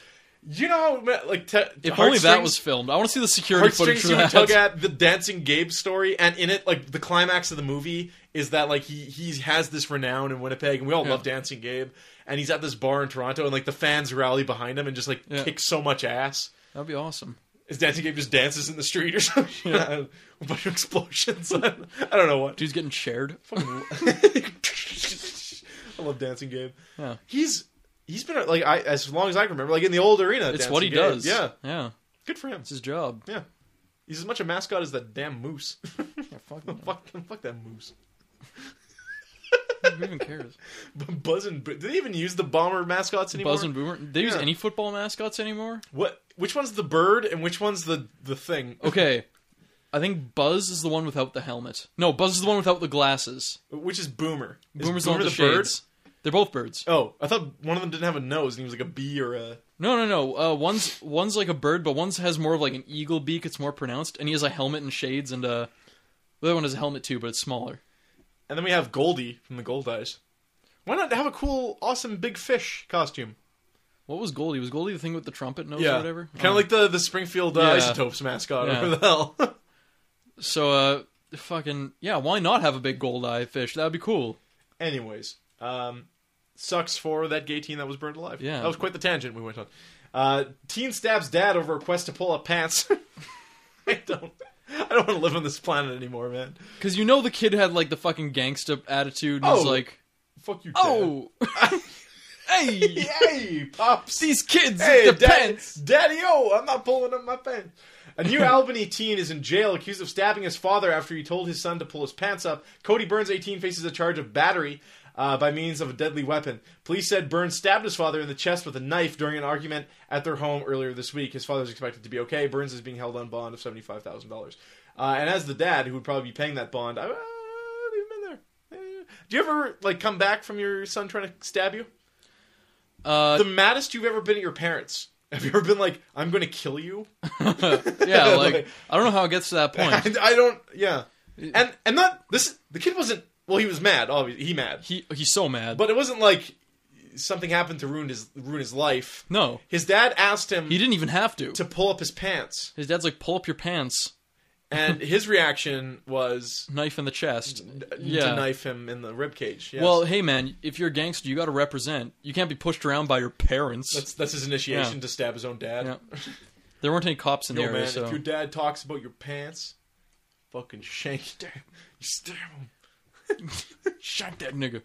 A: You know how ma- like te-
B: If only that
A: Heartstrings-
B: was filmed. I want to see the security
A: Heartstrings
B: footage for
A: you would
B: that.
A: tug at the dancing Gabe story, and in it, like the climax of the movie is that like he he has this renown in Winnipeg, and we all
B: Yeah.
A: love dancing Gabe, and he's at this bar in Toronto, and like the fans rally behind him and just like
B: Yeah.
A: kick so much ass.
B: That'd be awesome.
A: Is dancing Gabe just dances in the street or something? a bunch of explosions. I don't- I don't know what.
B: Dude's getting shared.
A: I love dancing Gabe.
B: Yeah.
A: He's he's been like I as long as I can remember, like in the old arena.
B: It's
A: Dancing
B: what he
A: Gabe.
B: does.
A: Yeah,
B: Yeah.
A: good for him.
B: It's his job.
A: Yeah, he's as much a mascot as that damn moose.
B: Yeah, fuck.
A: fuck, fuck that moose.
B: Who even cares?
A: But Buzz and Bo- do they even use the bomber mascots anymore?
B: Buzz and Boomer. Do they use
A: Yeah.
B: any football mascots anymore?
A: what? Which one's the bird and which one's the the thing?
B: Okay. I think Buzz is the one without the helmet. No, Buzz is the one without the glasses.
A: Which is Boomer? Is
B: Boomer's
A: Boomer
B: the one with the, shades. They're both birds.
A: bird? Oh, I thought one of them didn't have a nose and he was like a bee or a.
B: No, no, no. Uh, one's one's like a bird, but one's has more of like an eagle beak. It's more pronounced, and he has a helmet and shades, and uh, the other one has a helmet too, but it's smaller.
A: And then we have Goldie from the Gold Eyes. Why not have a cool, awesome big fish costume?
B: What was Goldie? Was Goldie the thing with the trumpet nose or whatever?
A: Kind of
B: Oh.
A: like the the Springfield uh,
B: Yeah.
A: Isotopes mascot.
B: Yeah.
A: Or the hell?
B: so. Uh, fucking yeah. Why not have a big gold eye fish? That'd be cool.
A: Anyways, um, sucks for that gay teen that was burned alive.
B: Yeah.
A: that was quite the tangent we went on. Uh, teen stabs dad over request to pull up pants. I don't, I don't want to live on this planet anymore, man.
B: Because you know the kid had like the fucking gangsta attitude. And was
A: Oh.
B: like,
A: Fuck you, dad.
B: oh, hey,
A: hey, pops.
B: these kids,
A: Hey,
B: it depends.
A: Daddy, oh, I'm not pulling up my pants. A new Albany teen is in jail accused of stabbing his father after he told his son to pull his pants up. Cody Burns, 18, faces a charge of battery uh, by means of a deadly weapon. Police said Burns stabbed his father in the chest with a knife during an argument at their home earlier this week. His father is expected to be okay. Burns is being held on bond of $75,000. Uh, and as the dad, who would probably be paying that bond, I, uh, leave him in there. Eh. Do you ever like come back from your son trying to stab you?
B: Uh,
A: the maddest you've ever been at your parents. Have you ever been like, I'm going to kill you?
B: yeah, like
A: Like-
B: I don't know how it gets to that point.
A: And I don't. Yeah. And and not this. The kid wasn't. Well, he was mad. Obviously, he mad.
B: He he's so mad.
A: But it wasn't like something happened to ruin his ruin his life.
B: no,
A: His dad asked him
B: he didn't even have to.
A: to pull up his pants,
B: His dad's like, pull up your pants,
A: and his reaction was
B: knife in the chest.
A: to
B: Yeah.
A: knife him in the rib cage. Yes.
B: Well, hey man, if you're a gangster, you got to represent. You can't be pushed around by your parents.
A: that's that's his initiation
B: Yeah.
A: to stab his own dad.
B: Yeah. there weren't any cops in the
A: Yo,
B: area,
A: man,
B: so
A: if your dad talks about your pants, fucking shank him. You stab him.
B: shank that nigga.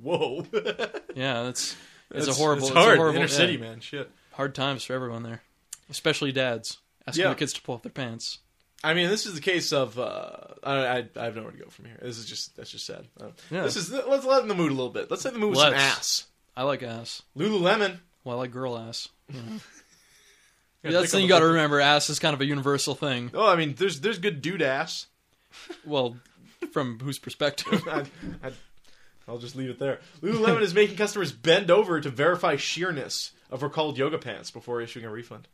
A: Whoa.
B: Yeah, that's it's a
A: That's-
B: horrible,
A: It's
B: a
A: hard.
B: horrible
A: Inner
B: yeah,
A: city, man. Shit.
B: Hard times for everyone there, especially dads asking
A: Yeah.
B: the kids to pull up their pants.
A: I mean, this is the case of. Uh, I, I I have nowhere to go from here. This is just that's just sad. Uh,
B: Yeah.
A: This is let's lighten the mood a little bit. Let's lighten the mood with some
B: Let's.
A: ass.
B: I like ass.
A: Lululemon.
B: Well, I like girl ass. you know.
A: Yeah,
B: that's
A: pick
B: the
A: on
B: thing you
A: the-
B: got to remember. Ass is kind of a universal thing.
A: Oh, I mean, there's there's good dude ass.
B: Well, from whose perspective?
A: I, I, I'll just leave it there. Lululemon is making customers bend over to verify sheerness of recalled yoga pants before issuing a refund.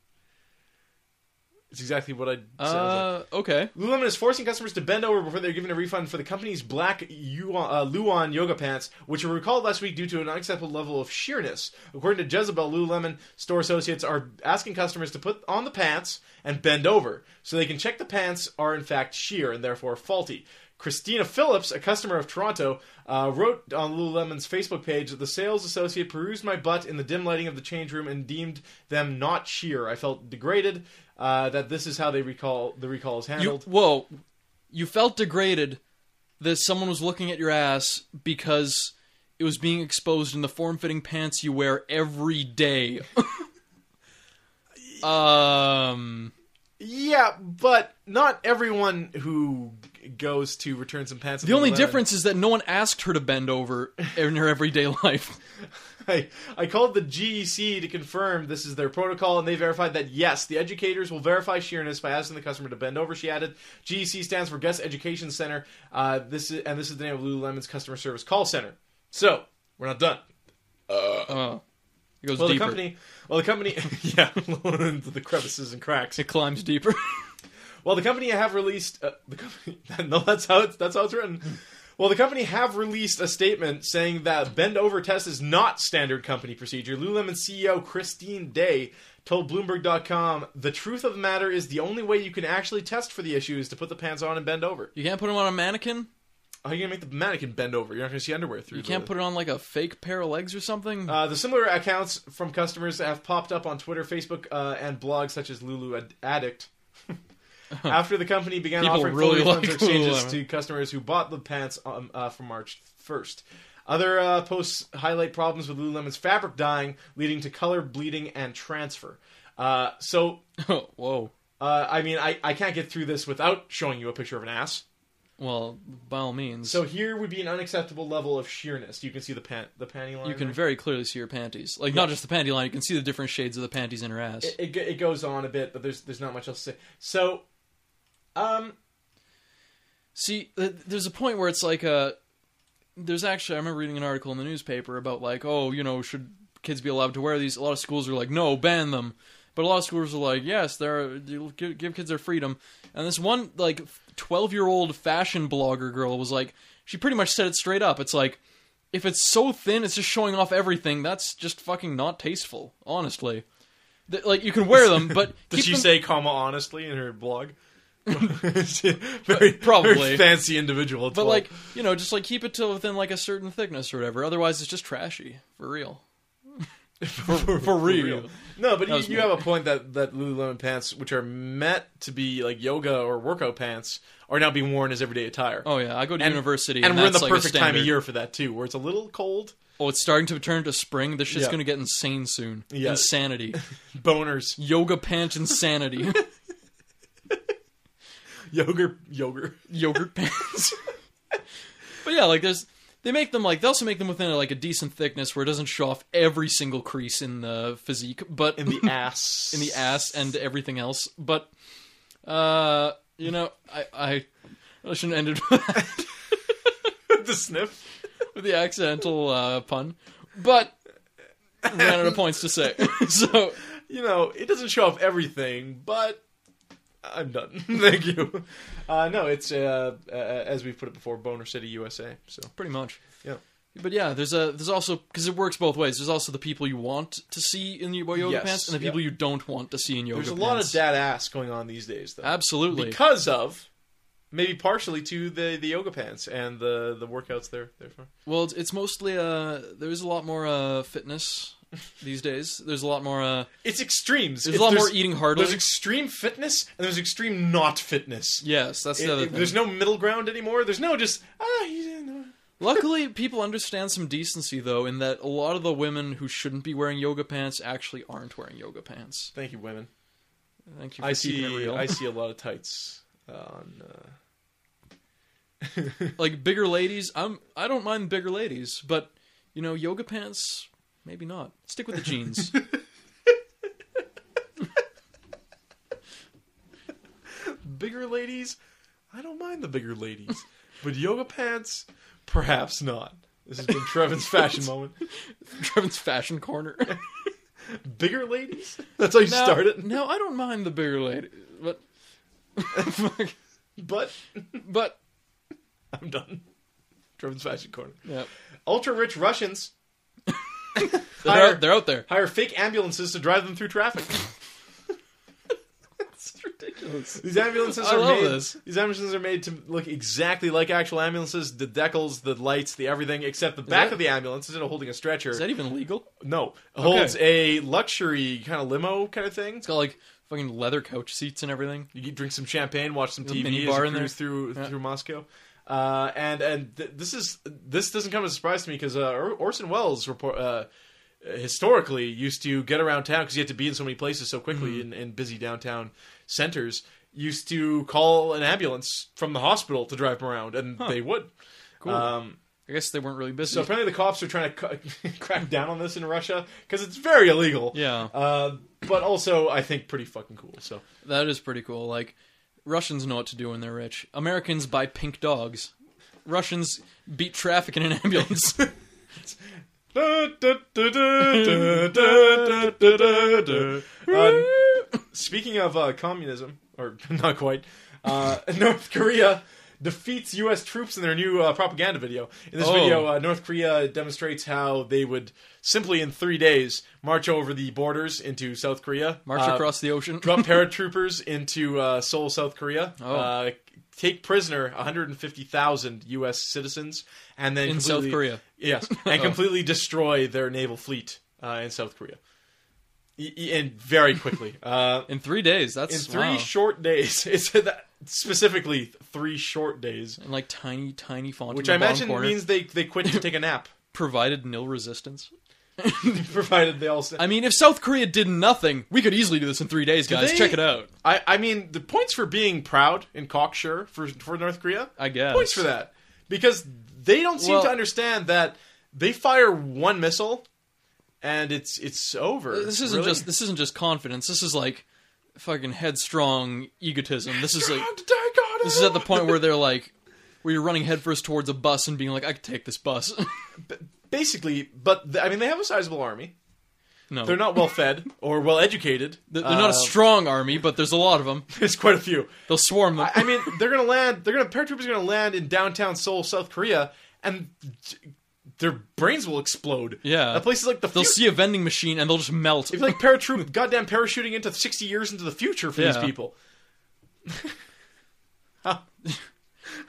A: It's exactly what I said. I was like,
B: uh, okay.
A: Lululemon is forcing customers to bend over before they're given a refund for the company's black yuan, uh, Luan yoga pants, which were recalled last week due to an unacceptable level of sheerness. According to Jezebel, Lululemon store associates are asking customers to put on the pants and bend over so they can check the pants are in fact sheer and therefore faulty. Christina Phillips, a customer of Toronto, uh, wrote on Lululemon's Facebook page that the sales associate perused my butt in the dim lighting of the change room and deemed them not sheer. I felt degraded. Uh, that this is how they recall the recall is
B: You,
A: handled.
B: whoa, you felt degraded that someone was looking at your ass because it was being exposed in the form-fitting pants you wear every day. um,
A: Yeah, but not everyone who g- goes to return some pants. at
B: the only
A: Lululemon-
B: difference is that no one asked her to bend over in her everyday life.
A: I, I called the GEC to confirm this is their protocol, and they verified that yes, the educators will verify sheerness by asking the customer to bend over. She added, GEC stands for Guest Education Center. Uh, this is, and this is the name of Lululemon's customer service call center. So we're not done.
B: Oh, it goes
A: Well,
B: deeper.
A: the company, well, the company, yeah, into the crevices and cracks.
B: it climbs deeper.
A: Well, the company have released uh, the company. No, that's how it's that's how it's written. Well, the company have released a statement saying that bend over test is not standard company procedure. Lululemon CEO Christine Day told Bloomberg.com, "The truth of the matter is the only way you can actually test for the issue is to put the pants on and bend over.
B: You can't put them on a mannequin.
A: How are you gonna make the mannequin bend over? You're not gonna see underwear through.
B: You can't put it on like a fake pair of legs or something.
A: Uh, the similar accounts from customers have popped up on Twitter, Facebook, uh, and blogs such as Lulu Ad- Addict. After the company began
B: People
A: offering
B: really
A: fully refunds
B: like
A: or exchanges
B: Lululemon.
A: to customers who bought the pants um, uh, from March 1st. Other uh, posts highlight problems with Lululemon's fabric dyeing, leading to color bleeding and transfer. Uh, so,
B: Oh, Whoa.
A: uh, I mean, I, I can't get through this without showing you a picture of an ass.
B: Well, by all means.
A: So here would be an unacceptable level of sheerness. You can see the pant the panty line.
B: you can
A: right?
B: very clearly see your panties. Like, not just the panty line, you can see the different shades of the panties in her ass.
A: it, it, go- it goes on a bit, but there's there's not much else to say. So, um,
B: See, th- there's a point where it's like uh There's actually, I remember reading an article in the newspaper about like, oh, you know, should kids be allowed to wear these? A lot of schools are like, no, ban them. But a lot of schools are like, yes, they're you'll give, give kids their freedom. And this one like 12 year old fashion blogger girl was like, she pretty much said it straight up. It's like, if it's so thin, it's just showing off everything. That's just fucking not tasteful, honestly. Th- like you can wear them, but
A: did
B: keep
A: she
B: them-
A: say comma honestly in her blog? very,
B: Probably.
A: very fancy individual.
B: But like you know, just like keep it to within like a certain thickness or whatever. Otherwise, it's just trashy for real.
A: for, for,
B: real.
A: No, but you,
B: was
A: you
B: me.
A: have a point that that Lululemon pants, which are meant to be like yoga or workout pants, are now being worn as everyday attire.
B: Oh yeah, I go to
A: And-
B: university,
A: and, we're in the
B: that's, like, a
A: perfect time of
B: standard.
A: year for that too, where it's a little cold.
B: Oh, it's starting to turn to spring. This shit's
A: Yeah.
B: gonna get insane soon.
A: Yeah.
B: Insanity,
A: Boners,
B: yoga pant insanity,
A: yogurt, yogurt.
B: yogurt pants. but yeah, like there's they make them like they also make them within like a decent thickness where it doesn't show off every single crease in the physique, but
A: in the ass.
B: in the ass and everything else. But uh, you know, I I, I shouldn't end it. With that.
A: the sniff.
B: with the accidental uh, pun, but ran out of points to say. so
A: you know, it doesn't show off everything, but I'm done. Thank you. Uh, no, it's uh, uh, as we've put it before, Boner City, USA. So
B: pretty much,
A: Yeah.
B: But yeah, there's a there's also because it works both ways. There's also the people you want to see in your yoga
A: Yes,
B: pants and the people you don't want to see in yoga.
A: there's a
B: pants.
A: lot of dad ass going on these days, though,
B: Absolutely.
A: because of maybe partially to the the yoga pants and the the workouts there. Therefore,
B: well, it's, it's mostly uh there's a lot more uh fitness these days. There's a lot more uh
A: it's extremes.
B: there's
A: It-
B: a lot more eating hardly.
A: There's extreme fitness and there's extreme not fitness.
B: yes, that's
A: It-
B: the other
A: it-
B: thing.
A: there's no middle ground anymore. There's no just ah. You know.
B: Luckily, people understand some decency though, in that a lot of the women who shouldn't be wearing yoga pants actually aren't wearing yoga pants.
A: Thank you, women.
B: Thank you for
A: I
B: keeping it
A: see.
B: real.
A: I see a lot of tights on. Uh,
B: like bigger ladies, I'm I don't mind bigger ladies, but you know, yoga pants, maybe not. Stick with the jeans.
A: bigger ladies, I don't mind the bigger ladies, but yoga pants, perhaps not. This has been Trevin's fashion moment.
B: Trevin's fashion corner.
A: Bigger ladies? That's how you
B: Now-
A: start it.
B: Now I don't mind the bigger lady, but
A: But
B: but
A: I'm done. Trevin's fashion corner.
B: yeah,
A: Ultra rich Russians
B: they're
A: Higher.
B: out, they're out there.
A: hire fake ambulances to drive them through traffic.
B: It's ridiculous.
A: These ambulances
B: I
A: are
B: love
A: made.
B: this.
A: These ambulances are made to look exactly like actual ambulances. The decals, the lights, the everything, except the back
B: that-
A: of the ambulance instead of holding a stretcher.
B: Is that even legal?
A: No, holds a luxury kind of limo kind of thing.
B: It's got like fucking leather couch seats and everything.
A: You can drink some champagne, watch some
B: There's a
A: TV,
B: mini
A: as
B: bar
A: you
B: in
A: cruise through through Moscow. Uh, and and th- this is this doesn't come as a surprise to me because uh, Or- Orson Welles report, uh, historically used to get around town because he had to be in so many places so quickly in,
B: Mm-hmm.
A: in busy downtown centers. Used to call an ambulance from the hospital to drive him around, and they would.
B: Cool.
A: Um,
B: I guess they weren't really busy.
A: so apparently, the cops are trying to cu- crack down on this in Russia because it's very illegal.
B: yeah,
A: Uh, but also, I think pretty fucking cool. So
B: that is pretty cool. Like Russians know what to do when they're rich. Americans buy pink dogs. Russians beat traffic in an ambulance.
A: Uh, speaking of uh, communism, or not quite, uh, North Korea defeats U.S. troops in their new uh, propaganda video. In this
B: Oh.
A: video, uh, North Korea demonstrates how they would simply in three days march over the borders into South Korea,
B: March
A: uh,
B: across the ocean.
A: drop paratroopers into uh, Seoul, South Korea.
B: Oh.
A: Uh, take prisoner 150,000 U.S. citizens, and then
B: In South
A: completely-
B: Korea. Oh.
A: Yes, and completely destroy their naval fleet uh, in South Korea, E- e- and very quickly. Uh,
B: in three days. That's
A: in three
B: wow.
A: short days, it's that, specifically three short days,
B: in like tiny, tiny font.
A: which
B: in
A: I
B: the bottom
A: imagine
B: corner,
A: means they they quit to take a nap,
B: provided nil resistance.
A: provided they all.
B: I mean, if South Korea did nothing, we could easily do this in three days, guys.
A: they-
B: Check it out.
A: I, I mean, the points for being proud and cocksure for for North Korea.
B: I guess.
A: points for that because they don't seem
B: Well-
A: to understand that they fire one missile and it's it's over.
B: This isn't
A: Really?
B: just this isn't just confidence. This is like fucking headstrong egotism. This is like
A: God, ah! I got it.
B: this is at the point where they're like where you're running headfirst towards a bus and being like, I could take this bus.
A: basically, but th- I mean, they have a sizable army.
B: no,
A: They're not well fed or well educated. Uh,
B: They're, they're not a strong army, but there's a lot of them.
A: There's quite a few.
B: They'll swarm them.
A: I, I mean, they're gonna land. They're gonna paratroopers are gonna land in downtown Seoul, South Korea, and d- their brains will explode.
B: Yeah.
A: that place is like the.
B: they'll
A: fut-
B: see a vending machine and they'll just melt.
A: It's like paratroop, goddamn parachuting into sixty years into the future for these
B: Yeah.
A: people.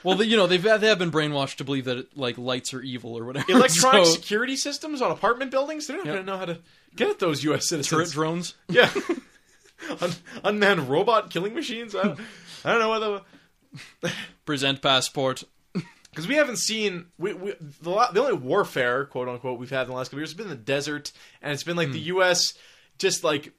B: Well, they, you know, they've they have been brainwashed to believe that like lights are evil or whatever.
A: electronic
B: so,
A: security systems on apartment buildings. They're not
B: Yep.
A: going to know how to get at those U.S.
B: turret
A: citizens.
B: drones.
A: yeah, Un- unmanned robot killing machines. I don't, I don't know whether
B: Present passport.
A: because we haven't seen we, we the, la- the only warfare quote unquote we've had in the last couple years has been in the desert, and it's been like
B: Hmm.
A: the U.S. just like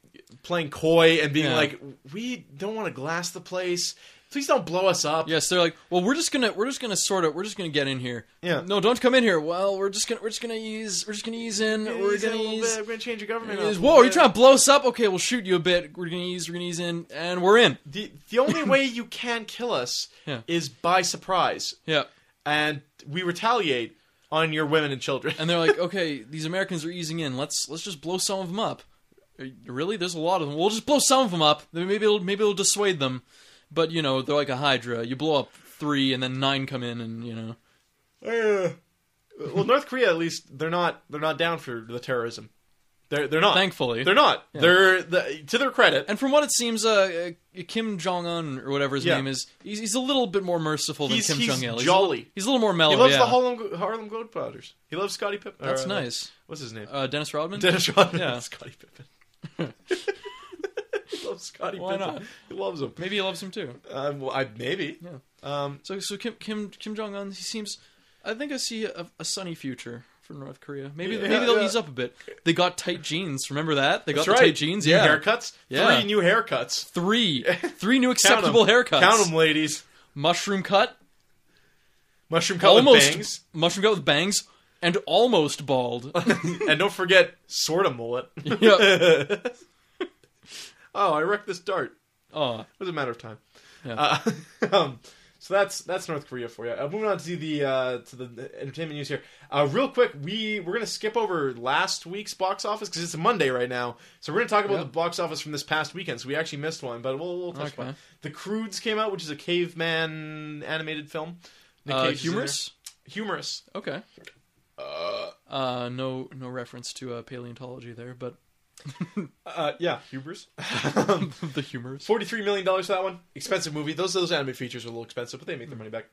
A: playing coy and being
B: Yeah.
A: like, we don't want to glass the place. Please don't blow us up.
B: Yes, they're like, well, we're just gonna we're just gonna sort of we're just gonna get in here.
A: Yeah.
B: No, don't come in here. Well, we're just gonna we're just gonna ease we're just gonna ease
A: Ease
B: in. we're
A: in a
B: gonna
A: little
B: ease.
A: bit. We're gonna change your government.
B: ease-
A: up.
B: Whoa, are you
A: Yeah.
B: trying to blow us up? Okay, we'll shoot you a bit. We're gonna ease, we're gonna ease in, and we're in.
A: The the only way you can kill us
B: Yeah.
A: is by surprise.
B: Yeah.
A: and we retaliate on your women and children.
B: And they're like, okay, these Americans are easing in. Let's let's just blow some of them up. Uh, Really, there's a lot of them. We'll just blow some of them up. Then Maybe it'll maybe it'll dissuade them. But you know, they're like a Hydra. You blow up three, and then nine come in, and you know.
A: Uh, well, North Korea at least they're not they're not down for the terrorism. They're they're not.
B: Thankfully,
A: They're not. They're the, to their credit.
B: And from what it seems, uh, uh, Kim Jong Un or whatever his
A: Yeah.
B: name is, he's, he's a little bit more merciful
A: He's-
B: than Kim
A: he's
B: Jong Il.
A: jolly.
B: He's a little more mellow.
A: he loves
B: yeah.
A: the Harlem Harlem Globetrotters. He loves Scottie Pippen.
B: That's
A: or, uh,
B: nice.
A: What's his name?
B: Uh, Dennis Rodman.
A: Dennis Rodman.
B: yeah.
A: Scottie Pippen. he loves Scottie
B: Why
A: Pippen.
B: not?
A: He loves him.
B: Maybe he loves him too.
A: Uh, well, I, maybe.
B: Yeah.
A: Um,
B: So so Kim Kim Kim Jong Un, he seems. I think I see a, a sunny future for North Korea. Maybe
A: Yeah,
B: maybe they'll
A: yeah.
B: ease up a bit. They got tight jeans. Remember that they
A: that's
B: got the
A: right.
B: tight jeans.
A: New
B: Yeah,
A: Haircuts.
B: Yeah.
A: Three new haircuts.
B: three three
A: Count
B: new
A: 'em.
B: acceptable haircuts.
A: Count them, ladies.
B: Mushroom cut,
A: Mushroom cut with
B: almost
A: bangs.
B: mushroom cut with bangs, and almost bald.
A: and don't forget, sort of mullet.
B: Yep.
A: oh, I wrecked this dart. It
B: oh,
A: was a matter of time.
B: Yeah.
A: Uh, um, so that's that's North Korea for you. Uh, moving on to the uh, to the entertainment news here. Uh, real quick, we we're gonna skip over last week's box office because it's a Monday right now. So we're gonna talk about
B: Yep.
A: the box office from this past weekend. So we actually missed one, but we'll, we'll touch
B: Okay.
A: upon it. The Croods came out, which is a caveman animated film. Nick
B: uh,
A: Cage is in there.
B: humorous.
A: humorous.
B: Okay.
A: Uh,
B: Uh, no, no reference to uh, paleontology there, but
A: uh, yeah, Um, humorous.
B: the humorous.
A: Forty-three million dollars for that one. Expensive movie. Those those anime features are a little expensive, but they make their money back.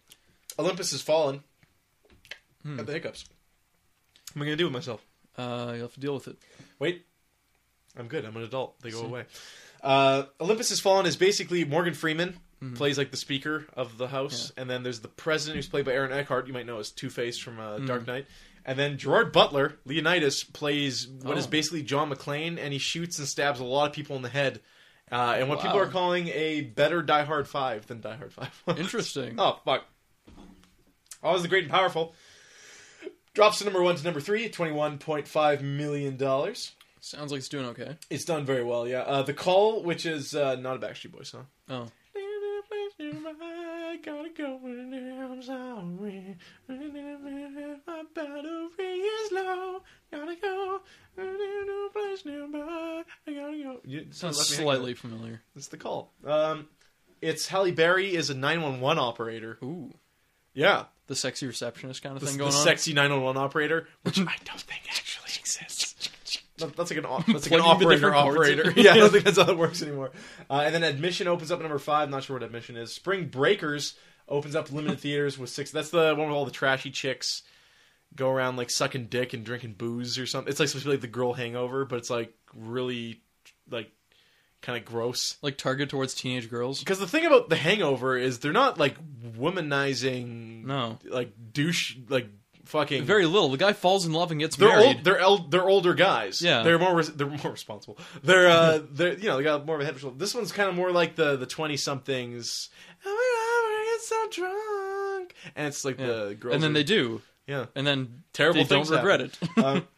A: Olympus has fallen. Got the hiccups. Hmm. What am I gonna do with myself?
B: Uh, you'll have to deal with it.
A: Wait, I'm good. I'm an adult. They go away. Uh, Olympus has fallen is basically Morgan Freeman
B: Mm-hmm.
A: plays like the Speaker of the House, and then there's the President who's played by Aaron Eckhart. You might know as Two Face from uh,
B: Mm-hmm.
A: Dark Knight. And then Gerard Butler, Leonidas, plays what is
B: Oh.
A: basically John McClane, and he shoots and stabs a lot of people in the head. Uh, and what people
B: Wow.
A: are calling a better Die Hard 5 than Die Hard 5 was.
B: Interesting.
A: Oh fuck. Always the great and powerful. Drops to number one to number three, twenty-one point five million dollars.
B: Sounds like it's doing okay.
A: It's done very well, yeah. Uh, the call, which is uh, not a Backstreet Boys song.
B: Oh,
A: Gotta go when I'm sorry. My battery is low. Gotta go. place nearby. I gotta go. You-
B: sounds
A: left me hanging.
B: slightly familiar.
A: It's the call. Um, it's Halle Berry is a nine one one operator.
B: Ooh,
A: Yeah.
B: the sexy receptionist kind of
A: The,
B: thing
A: the
B: going on.
A: sexy 911 operator, which I don't think actually exists. That- That's like an, op- that's like an
B: Plugging the
A: operator
B: different cords
A: operator.
B: in.
A: yeah, I don't think that's how that works anymore. Uh, and then admission opens up at number five. Not sure what admission is. Spring Breakers opens up limited theaters with six. That's the one with all the trashy chicks go around like sucking dick and drinking booze or something. It's like supposed to be like the girl hangover, but it's like really like kind of gross.
B: like targeted towards teenage girls.
A: Because the thing about the hangover is they're not like womanizing
B: No,
A: like douche like fucking
B: very little. The guy falls in love and gets
A: they're
B: married.
A: old they're el- they're older guys
B: Yeah.
A: they're more res- they're more responsible they're uh they're you know they got more of a head for shoulders. this one's kind of more like the the 20 somethings get so drunk and it's like
B: Yeah.
A: the girls
B: and then
A: are-
B: they do,
A: yeah
B: and then
A: terrible
B: they don't
A: things happen.
B: regret it.
A: um,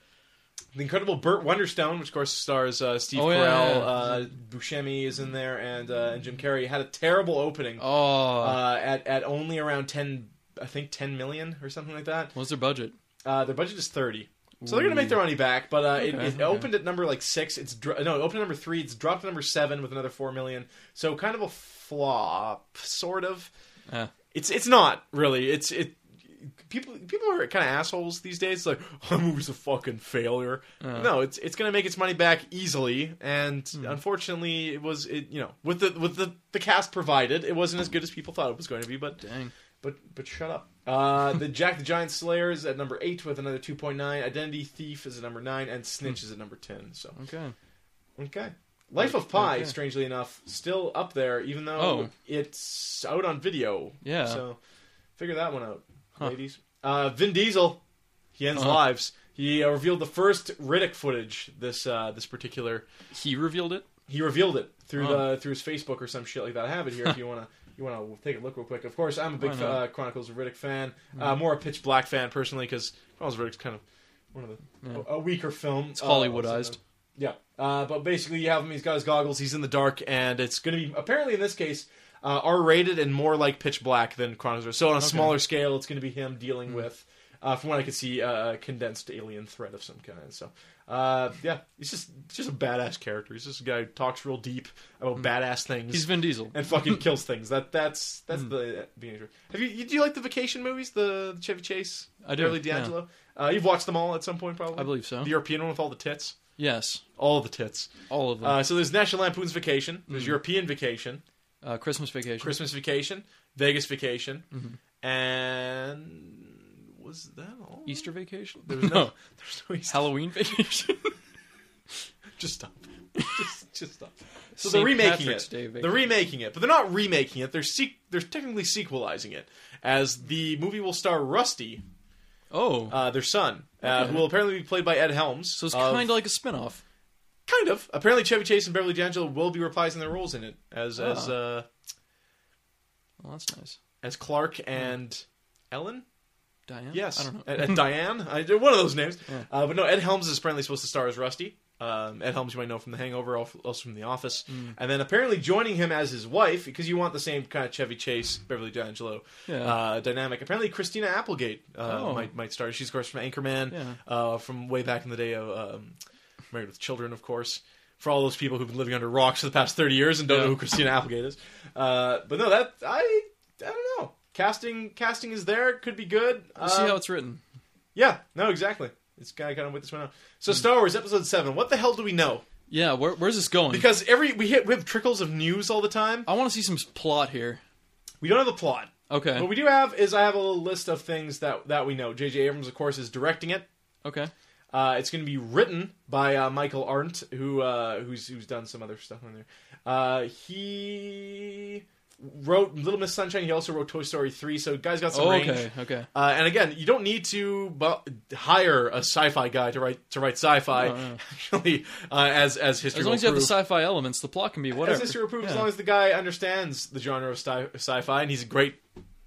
A: the incredible Burt Wonderstone, which of course stars uh, Steve
B: Oh,
A: Carell,
B: yeah, yeah, yeah.
A: Uh, Buscemi is in there, and uh, and Jim Carrey had a terrible opening
B: Oh,
A: uh, at at only around ten, I think ten million or something like that.
B: what's their budget?
A: Uh, their budget is thirty, so they're gonna make their money back. But uh, it,
B: Okay,
A: it
B: okay.
A: opened at number like six. It's dro- no, it opened at number three. It's dropped to number seven with another four million. So kind of a flop, sort of.
B: Yeah.
A: It's it's not really. It's it. People people are kind of assholes these days. It's like oh, that movie's a fucking failure.
B: Uh.
A: No, it's it's gonna make its money back easily. And
B: Hmm.
A: unfortunately, it was it you know with the with the the cast provided, it wasn't as good as people thought it was going to be. But
B: Dang.
A: but but shut up. Uh, the Jack the Giant Slayer is at number eight with another two point nine. Identity Thief is at number nine, and Snitch is at number ten. So
B: Hmm. Okay.
A: okay, Life of Pi,
B: Okay.
A: strangely enough, still up there, even though
B: Oh.
A: it's out on video.
B: Yeah.
A: So figure that one out,
B: Huh.
A: ladies. Uh, Vin Diesel, he ends
B: Uh-huh.
A: lives. He uh, revealed the first Riddick footage this uh, this particular.
B: He revealed it.
A: He revealed it through
B: Oh.
A: the through his Facebook or some shit like that. I have it here if you wanna you wanna take a look real quick. Of course, I'm a big
B: Why
A: fa-
B: not? Mm-hmm.
A: uh, Chronicles of Riddick fan. Uh, more a Pitch Black fan personally because Chronicles of Riddick's kind of one of the
B: Yeah.
A: a, a weaker film.
B: It's
A: Oh, Uh,
B: Hollywoodized.
A: yeah, uh, but basically you have him. He's got his goggles. He's in the dark, and it's going to be apparently in this case uh, R-rated and more like Pitch Black than Chronicles. So on a smaller scale, it's going to be him dealing
B: Hmm.
A: with, uh, from what I could see, uh, a condensed alien threat of some kind. So uh, yeah, he's just just a badass character. He's just a guy who talks real deep about badass things.
B: Hmm. He's Hmm. Vin Diesel.
A: and fucking kills things. That that's that's the uh, the nature. Have you, you do you like the vacation movies? The, the Chevy Chase,
B: I do,
A: Beverly
B: yeah.
A: D'Angelo. Uh, you've watched them all at some point, probably.
B: I believe so.
A: the European one with all the tits.
B: Yes,
A: All the tits.
B: all of them. Uh,
A: Uh, so there's National Lampoon's Vacation, there's
B: Mm.
A: European Vacation,
B: Uh, Christmas Vacation. Mm-hmm.
A: Christmas Vacation, Vegas Vacation, and was that all?
B: Easter Vacation.
A: There was no, there's no Easter.
B: Halloween Vacation.
A: just stop. just, just stop. So
B: St.
A: they're remaking
B: Patrick's
A: it.
B: Day
A: they're
B: vacation.
A: remaking it, but they're not remaking it. They're se- they're technically sequelizing it, as the movie will star Rusty,
B: Oh,
A: uh, their son, uh,
B: Okay.
A: who will apparently be played by Ed Helms.
B: so it's
A: of-
B: kind of like a spin-off.
A: Kind of. Apparently, Chevy Chase and Beverly D'Angelo will be reprising their roles in it as as
B: Ah.
A: uh,
B: Well, that's nice.
A: as Clark and Ellen.
B: Diane.
A: Yes,
B: I don't know.
A: At, at Diane, I, one of those names.
B: Yeah.
A: Uh, but no, Ed Helms is apparently supposed to star as Rusty. Um, Ed Helms, you might know from The Hangover, al- also from The Office,
B: Mm.
A: and then apparently joining him as his wife because you want the same kind of Chevy Chase, Beverly D'Angelo
B: Yeah.
A: uh, dynamic. Apparently, Christina Applegate uh,
B: Oh.
A: might might star. She's of course from Anchorman,
B: Yeah.
A: uh, from way back in the day of um, Married with Children, of course. For all those people who've been living under rocks for the past thirty years and don't know
B: Yeah.
A: who Christina Applegate is, uh, but no, that I I don't know. Casting casting is there. It Could be good.
B: We'll see
A: Um,
B: how it's written.
A: yeah, no, exactly. It's kind of kind of with this one out. So
B: Hmm.
A: Star Wars Episode Seven. What the hell do we know?
B: Yeah, where, where's this going?
A: Because every we hit we have trickles of news all the time.
B: I want to see some s- plot here.
A: We don't have a plot.
B: Okay.
A: What we do have is I have a little list of things that that we know. J.J. Abrams, of course, is directing it.
B: okay.
A: Uh, it's going to be written by uh, Michael Arndt, who uh, who's who's done some other stuff on there. Uh, he wrote Little Miss Sunshine. He also wrote Toy Story three. So guy's got some
B: Oh,
A: range.
B: okay. Okay.
A: Uh, and again, you don't need to bu- hire a sci-fi guy to write to write sci-fi.
B: No, no.
A: Actually, uh, as as history
B: As
A: will
B: long as you have the
A: prove.
B: sci-fi elements, the plot can be whatever.
A: as history will prove, as
B: Yeah.
A: long as the guy understands the genre of sci- sci-fi, and he's a great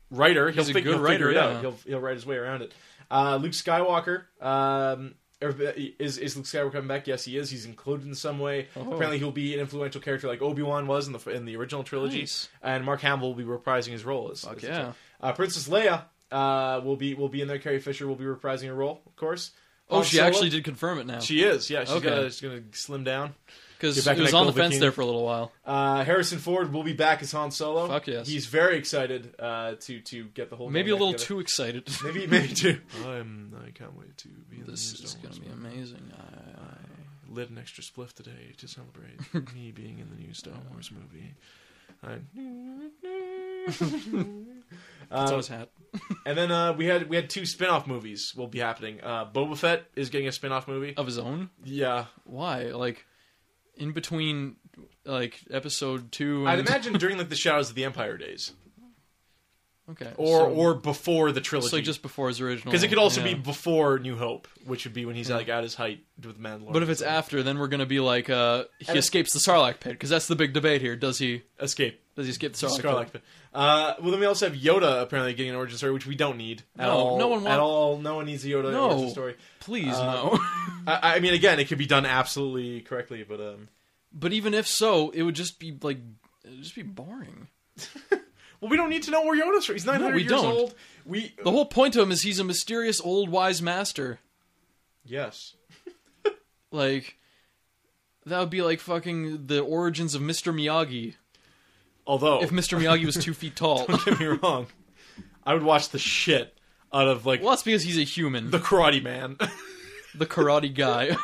A: writer, he'll,
B: He's a
A: fig-
B: good
A: he'll figure
B: writer,
A: it
B: yeah.
A: out. He'll he'll write his way around it. Uh, Luke Skywalker. Um, or, uh, is is Luke Skywalker coming back? Yes, he is. He's included in some way.
B: Oh.
A: Apparently, he'll be an influential character like Obi Wan was in the in the original trilogy,
B: Nice.
A: and Mark Hamill will be reprising his role as,
B: Fuck
A: as
B: yeah.
A: uh, Princess Leia uh, will be will be in there. Carrie Fisher will be reprising her role, of course.
B: Oh,
A: Han
B: she
A: Solo-
B: actually did confirm it now.
A: She is. Yeah, she's
B: Okay.
A: gonna she's gonna slim down.
B: because
A: Get
B: it
A: back in
B: was
A: that
B: on the
A: Gold
B: fence
A: Viking.
B: there for a little while.
A: Uh, Harrison Ford will be back as Han Solo.
B: Fuck yes.
A: He's very excited uh, to to get the whole.
B: Maybe a
A: gang back
B: little
A: together.
B: too excited.
A: Maybe maybe too. I'm I can't wait to be in
B: this is gonna be amazing. Uh, I,
A: Um,
B: I-
A: lit an extra spliff today to celebrate me being in the new Star Wars movie. Um,
B: it's always hat.
A: and then uh, we had we had two spin-off movies will be happening. Uh, Boba Fett is getting a spin-off movie.
B: Of his own?
A: yeah,
B: Why? Like, in between, like episode two. And...
A: I'd imagine during like the Shadows of the Empire days,
B: Okay.
A: or
B: so,
A: or before the
B: so,
A: trilogy,
B: like just before his original.
A: because it could also
B: yeah.
A: be before New Hope, which would be when he's
B: Yeah.
A: like at his height with Mandalorian.
B: But if it's after, then we're gonna be like, uh, he
A: And-
B: escapes the Sarlacc pit because that's the big debate here. Does he?
A: Escape.
B: Does he escape the Sarlacc?
A: Scarlet.
B: pit?
A: Uh, well, then we also have Yoda apparently getting an origin story, which we don't need at
B: No,
A: all.
B: no one
A: at
B: wants-
A: all. No one needs a Yoda
B: No.
A: origin story.
B: Please
A: Uh,
B: no.
A: I, I mean, again, it could be done absolutely correctly, but um,
B: but even if so, it would just be like, it would just be boring.
A: well, we don't need to know where Yoda's from. He's nine hundred
B: we
A: years
B: don't.
A: old. We
B: The whole point of him is he's a mysterious old wise master.
A: yes,
B: Like, that would be like fucking the origins of Mr. Miyagi.
A: although
B: If Mr. Miyagi was two feet tall.
A: Oh. don't get me wrong, I would watch the shit out of like
B: Well, that's because he's a human.
A: the Karate Man.
B: the karate guy.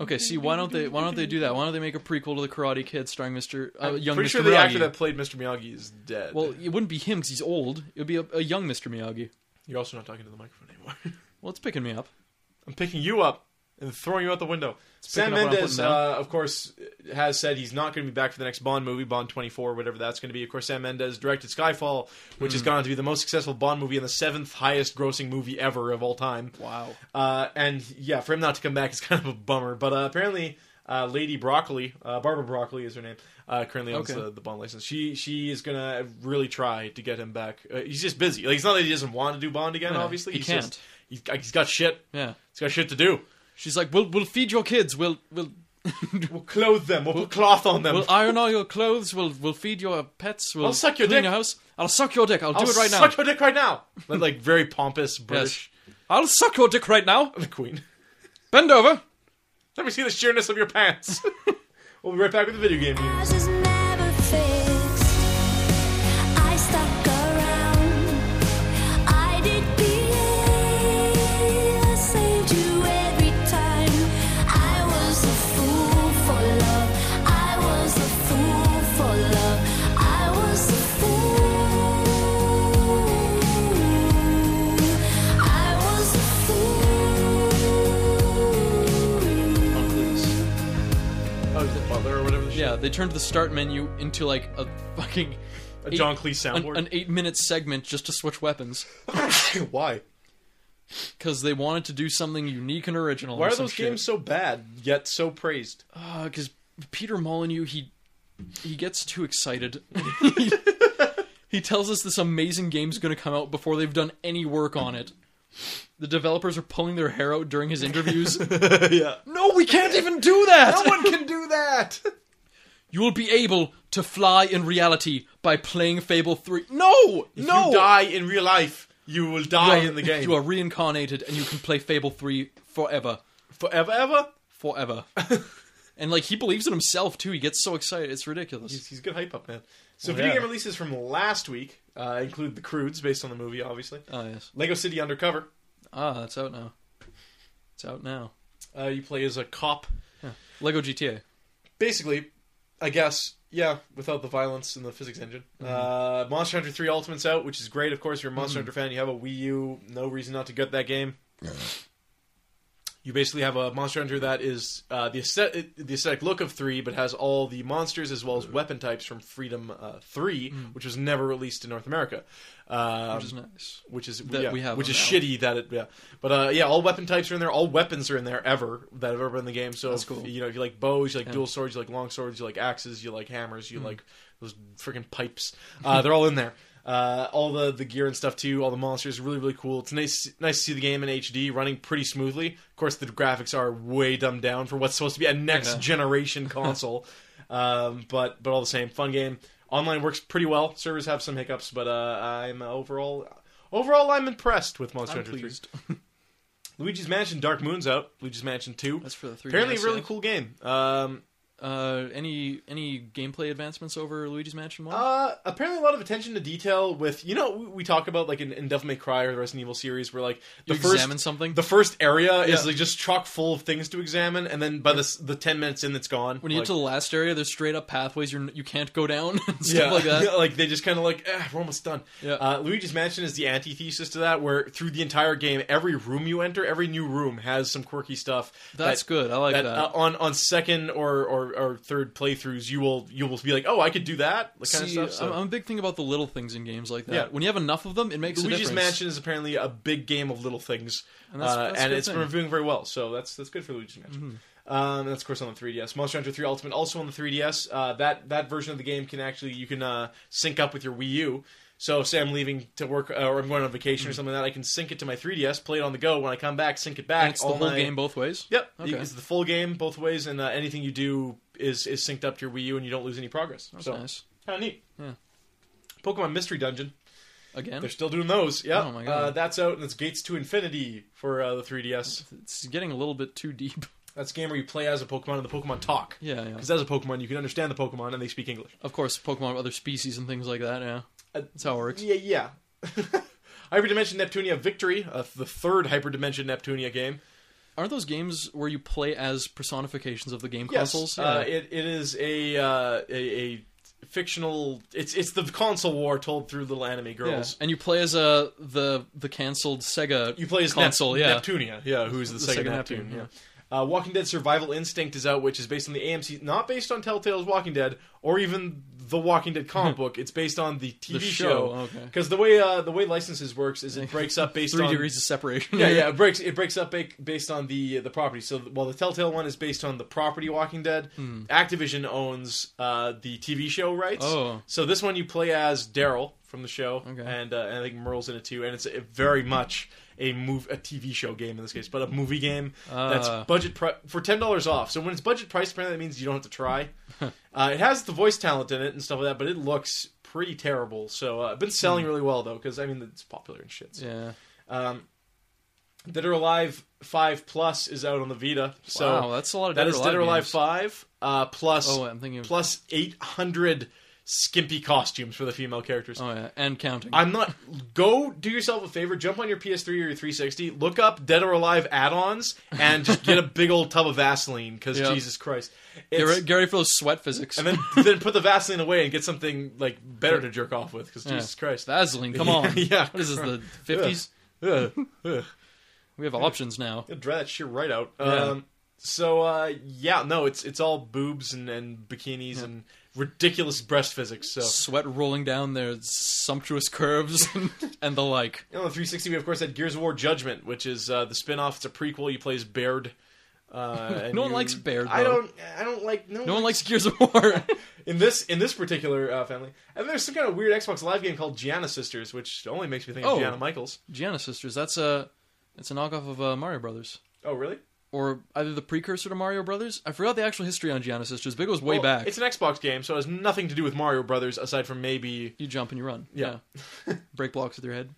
B: okay, see, why don't they? Why don't they do that? Why don't they make a prequel to the Karate Kid starring Mister uh, Young
A: Pretty
B: Mr.
A: sure
B: Miyagi?
A: the actor that played Mr. Miyagi is dead.
B: Well, it wouldn't be him because he's old. It would be a, a young Mister Miyagi.
A: you're also not talking to the microphone anymore.
B: Well, it's picking me up.
A: I'm picking you up and throwing you out the window. Sam
B: picking up what I'm
A: Mendes,
B: putting down.
A: uh, of course, has said he's not going to be back for the next Bond movie, Bond 24, whatever that's going to be. Of course, Sam Mendes directed Skyfall, which
B: Hmm.
A: has gone on to be the most successful Bond movie and the seventh highest grossing movie ever of all time.
B: Wow.
A: Uh, and yeah, for him not to come back is kind of a bummer. But uh, apparently, uh, Lady Broccoli, uh, Barbara Broccoli is her name, uh, currently owns
B: Okay.
A: the, the Bond license. She she is gonna really try to get him back. Uh, he's just busy. Like it's not that he doesn't want to do Bond again.
B: Yeah,
A: obviously,
B: he
A: he's
B: can't.
A: Just, he's, he's got shit.
B: Yeah.
A: He's got shit to do.
B: She's like, we'll we'll feed your kids. We'll we'll
A: We'll clothe them. We'll, put cloth on them.
B: we'll uh, iron all your clothes. We'll we'll feed your pets. We'll
A: I'll suck your
B: clean
A: dick.
B: Your house. I'll suck your dick. I'll, do it right
A: suck
B: now.
A: your dick right now. Like, like very pompous British
B: I'll suck your dick right now.
A: the queen.
B: Bend over.
A: Let me see the sheerness of your pants. we'll be right back with the video game Oh, news.
C: Ours is never fixed. I stuck around. I did behave. I saved you every time. I was a fool for love. I was a fool for love. I was a fool. I was a fool.
A: Oh, is it Butler or whatever the shit?
B: Yeah, they turned the start menu into like a fucking
A: A
B: eight-
A: John Cleese
B: an,
A: soundboard.
B: an eight minute segment just to switch weapons
A: Why?
B: because they wanted to do something unique and original.
A: Why are those games so bad yet so praised?
B: Because Uh, Peter Molyneux he he gets too excited. he tells us this amazing game's going to come out before they've done any work on it. The developers are pulling their hair out during his interviews.
A: yeah.
B: no, we can't even do that.
A: No one can do that.
B: You will be able to fly in reality by playing Fable 3. No!
A: If
B: no!
A: you die in real life, you will die
B: You are-
A: in the game.
B: You are reincarnated and you can play Fable 3 forever.
A: forever ever.
B: Forever. and, like, he believes in himself, too. He gets so excited. It's ridiculous.
A: He's, he's a good hype up man. So
B: Well,
A: video
B: yeah.
A: game releases from last week uh, include The Crudes, based on the movie, obviously.
B: oh, yes.
A: Lego City Undercover.
B: Ah, that's out now. It's out now.
A: Uh, you play as a cop,
B: Lego GTA.
A: basically. I guess yeah, without the violence and the physics engine.
B: Mm-hmm.
A: Uh, Monster Hunter Three Ultimate's out, which is great. Of course, if you're a Monster Hunter fan. You have a Wii U, no reason not to get that game. You basically have a Monster Hunter that is uh, the aesthetic, the aesthetic look of three, but has all the monsters as well as weapon types from Freedom uh, Three, which was never released in North America. Um,
B: Mm. Which is nice.
A: which is
B: That
A: yeah,
B: we have
A: which
B: them
A: is
B: now.
A: shitty that it yeah but uh yeah all weapon types are in there all weapons are in there ever that have ever been in the game so
B: That's
A: if-
B: cool.
A: you know if you like bows you like
B: Yeah. Hmm.
A: dual swords you like long swords you like axes you like hammers you like those freaking pipes uh they're all in there uh, all the, the gear and stuff too, all the monsters, really really cool. It's nice nice to see the game in HD running pretty smoothly. Of course, the graphics are way dumbed down for what's supposed to be a next
B: Yeah.
A: generation console, um, but but all the same, fun game. Online works pretty well. Servers have some hiccups, but uh, I'm overall overall I'm impressed with Monster
B: I'm
A: Hunter 3.
B: pleased.
A: Luigi's Mansion Dark Moon's out. Luigi's Mansion Two.
B: That's for the three.
A: Apparently, a
B: DS,
A: really
B: yeah.
A: cool game. Um,
B: Uh, any any gameplay advancements over Luigi's Mansion One?
A: Uh, apparently a lot of attention to detail with you know we- we talk about like in, in Devil May Cry or the Resident Evil series where like the
B: you
A: first
B: examine something.
A: the first area
B: Yeah.
A: is like just chock full of things to examine and then by the s- the ten minutes in it's gone.
B: when you
A: like,
B: get to the last area, there's straight up pathways you're, n- you can't go down and stuff
A: yeah,
B: like that.
A: like they just kind of like eh, we're almost done.
B: Yeah.
A: Uh, Luigi's Mansion is the antithesis to that where through the entire game every room you enter every new room has some quirky stuff.
B: That's
A: that-
B: good. I like that.
A: that, uh, on on second or, or or third playthroughs you will you will be like oh I could do that that kind
B: See,
A: of stuff. So.
B: I'm, I'm a big thing about the little things in games like that.
A: Yeah.
B: When you have enough of them, it makes a
A: Luigi's
B: difference.
A: Mansion is apparently a big game of little things,
B: And that's-
A: uh,
B: that's a
A: and
B: good
A: it's
B: thing. Mm-hmm.
A: been reviewing very well. So that's that's good for Luigi's Mansion. Um, and that's of course on the 3DS. Monster Hunter 3 Ultimate also on the 3DS. Uh, that that version of the game can actually you can uh, sync up with your Wii U. So say I'm leaving to work uh, or I'm going on vacation or something like that, I can sync it to my 3DS, play it on the go. When I come back, sync it back.
B: Mm-hmm. And it's the
A: all
B: whole
A: my-
B: game both ways.
A: Yep,
B: Okay.
A: it's the full game both ways, and uh, anything you do is is synced up to your Wii U, and you don't lose any progress.
B: That's
A: so
B: nice.
A: kind of neat.
B: Yeah.
A: Pokemon Mystery Dungeon.
B: Again,
A: They're still doing those. Yeah.
B: Oh my
A: Uh,
B: God.
A: that's out, and it's Gates to Infinity for uh, the 3DS.
B: it's getting a little bit too deep.
A: That's a game where you play as a Pokemon and the Pokemon talk.
B: Yeah, yeah.
A: Because as a Pokemon, you can understand the Pokemon and they speak English.
B: Of course, Pokemon of other species and things like that. Yeah,
A: Uh,
B: that's how it works.
A: Yeah, yeah. Hyperdimension Neptunia Victory, uh, the third Hyperdimension Neptunia game.
B: Aren't those games where you play as personifications of the game consoles?
A: Yes, uh, it, it is a, uh, a a fictional. It's it's the console war told through little anime
B: Yeah.
A: girls.
B: And you play as uh, the the canceled Sega.
A: You play as
B: console,
A: Nep-
B: yeah.
A: Neptunia, yeah, who's the,
B: The
A: second
B: Sega
A: Neptune.
B: Neptune,
A: yeah. Uh, Walking Dead Survival Instinct is out, which is based on the AMC, not based on Telltale's Walking Dead or even the Walking Dead comic book. It's based on the TV
B: The show, okay.
A: Because the way uh, the way licenses works is it breaks up based
B: Three
A: on
B: degrees of separation.
A: yeah, yeah. It breaks it breaks up ba- based on the the property. So while the Telltale one is based on the property Walking Dead,
B: Hmm.
A: Activision owns uh, the TV show rights.
B: Oh.
A: so this one you play as Daryl from the show,
B: Okay.
A: and, uh, and I think Merle's in it too. And it's a, very much a move a TV show game in this case, but a movie game
B: Ah.
A: that's budget pri- for ten dollars off. So when it's budget priced, apparently that means you don't have to try. uh, it has the voice talent in it and stuff like that, but it looks pretty terrible. So uh, it's been selling
B: Hmm.
A: really well though, because I mean it's popular and shit. so-
B: Yeah.
A: um, Dead or Alive Five Plus is out on the Vita, so
B: wow, that's a lot of
A: that
B: Dead
A: is Dead or Alive
B: games.
A: Five uh, plus
B: Oh, I'm thinking. Of,
A: plus eight hundred skimpy costumes for the female characters.
B: oh yeah, and counting.
A: I'm not. Go do yourself a favor. Jump on your PS3 or your 360. Look up Dead or Alive add-ons and just get a big old tub of Vaseline because
B: Yeah.
A: Jesus Christ.
B: Get
A: It's,
B: re- get ready for those sweat physics.
A: and then then put the Vaseline away and get something like better to jerk off with because
B: Yeah.
A: Jesus Christ.
B: Vaseline, come on.
A: Yeah.
B: What is this, the 50s?
A: Ugh, ugh.
B: We have options now.
A: You'll dry that shit right out.
B: Yeah.
A: Um, so uh, yeah, no, it's it's all boobs and, and bikinis and ridiculous breast physics. So
B: Sweat rolling down their sumptuous curves and, and the like.
A: And on the 360, we of course had Gears of War Judgment, which is uh, the spin-off. It's a prequel. You play as Baird. Uh, and
B: No one
A: you-
B: likes Baird,
A: I
B: though.
A: don't. I don't like. No,
B: No one likes Gears of War.
A: in this in this particular uh, family. And there's some kind of weird Xbox Live game called Gianna Sisters, which only makes me think of
B: Oh.
A: Gianna Michaels.
B: Gianna Sisters, that's a, it's a knockoff of uh, Mario Brothers.
A: Oh, really?
B: Or either the precursor to Mario Brothers. I forgot the actual history on Gianna Sisters, but it goes way
A: Well,
B: back.
A: It's an Xbox game, so it has nothing to do with Mario Brothers aside from maybe
B: You jump and you run.
A: Yeah.
B: Break blocks with your head.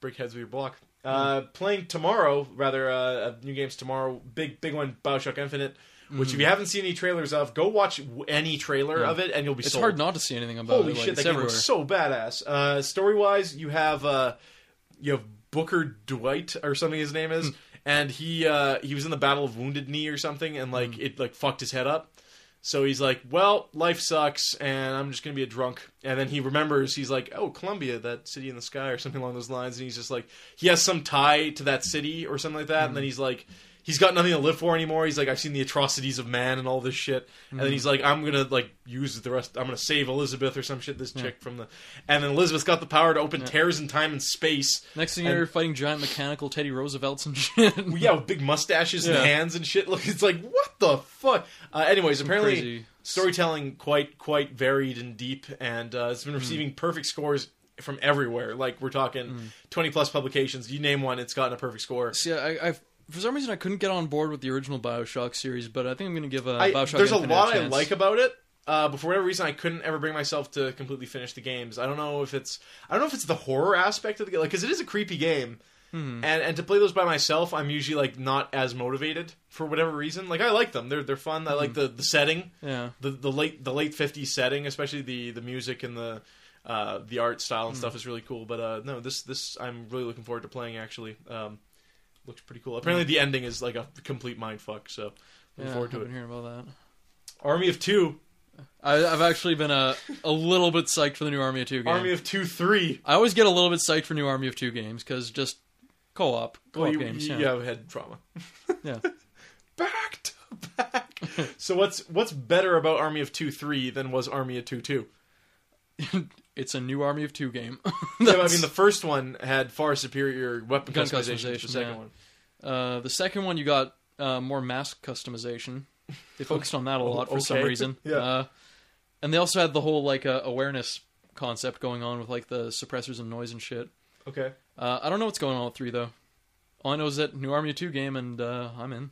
A: break heads with your block.
B: Hmm.
A: Uh, playing tomorrow, rather, uh, uh, new games tomorrow. Big, big one, Bioshock Infinite. Which, if you haven't seen any trailers of, go watch w- any trailer
B: Hmm. Yeah.
A: of it, and you'll be
B: It's
A: sold.
B: hard not to see anything about
A: Holy
B: it. like,
A: shit,
B: it's
A: that game
B: everywhere.
A: looks so badass. Uh, story wise, you have uh, you have Booker Dwight or something his name
B: Hmm.
A: is, and he uh, he was in the Battle of Wounded Knee or something, and like
B: Hmm.
A: it like fucked his head up. So he's like, "Well, life sucks, and I'm just gonna be a drunk." And then he remembers he's like, "Oh, Columbia, that city in the sky, or something along those lines." And he's just like, he has some tie to that city or something like that.
B: Mm-hmm.
A: And then he's like, he's got nothing to live for anymore. He's like, I've seen the atrocities of man and all this shit. And
B: Mm-hmm.
A: then he's like, I'm gonna like use the rest. I'm gonna save Elizabeth or some shit. This chick from the, and then Elizabeth's got the power to open tears in time and space.
B: Next thing
A: And-
B: you're fighting giant mechanical Teddy Roosevelts and shit.
A: Well, yeah, with big mustaches
B: Yeah.
A: and hands and shit. Look, it's like what the fuck. Uh, anyways, apparently
B: crazy-
A: storytelling quite quite varied and deep, and uh, it's been
B: Hmm.
A: receiving perfect scores from everywhere. Like we're talking
B: Hmm.
A: twenty plus publications. You name one, it's gotten a perfect score.
B: See, I, I for some reason I couldn't get on board with the original Bioshock series, but I think I'm going to give a
A: I,
B: Bioshock.
A: there's a
B: Infinite
A: lot I
B: chance.
A: like about it. Uh, but for whatever reason, I couldn't ever bring myself to completely finish the games. I don't know if it's I don't know if it's the horror aspect of the game, like because it is a creepy game.
B: Hmm.
A: And and to play those by myself, I'm usually like not as motivated for whatever reason. Like I like them; they're they're fun. I like the the setting,
B: Hmm. Yeah.
A: the the late the late '50s setting, especially the the music and the. Uh, the art style
B: Hmm.
A: and stuff is really cool, but uh, no, this this I'm really looking forward to playing. Actually, um, looks pretty cool. Apparently, the ending is like a complete mind fuck. So, looking
B: Hmm. Yeah,
A: forward
B: I've
A: to it.
B: been hearing about that.
A: Army of Two,
B: I, I've actually been a a little bit psyched for the new Army of Two game.
A: Army of Two Three.
B: I always get a little bit psyched for new Army of Two games because just co-op co-op
A: Well, you,
B: games.
A: you
B: yeah.
A: have head trauma.
B: yeah.
A: back to back. so what's what's better about Army of Two Three than was Army of Two Two?
B: it's a new Army of Two game.
A: Yeah, I
B: That's-
A: mean the first one had far superior weapon
B: Gun
A: customization. to
B: customization,
A: The second
B: yeah.
A: one,
B: uh, the second one you got uh, more mask customization. They focused on that a
A: Oh,
B: lot for some
A: okay.
B: reason.
A: Yeah.
B: Uh, and they also had the whole like uh, awareness concept going on with like the suppressors and noise and shit.
A: okay.
B: Uh, I don't know what's going on with three though. All I know is that new Army of Two game, and uh, I'm in.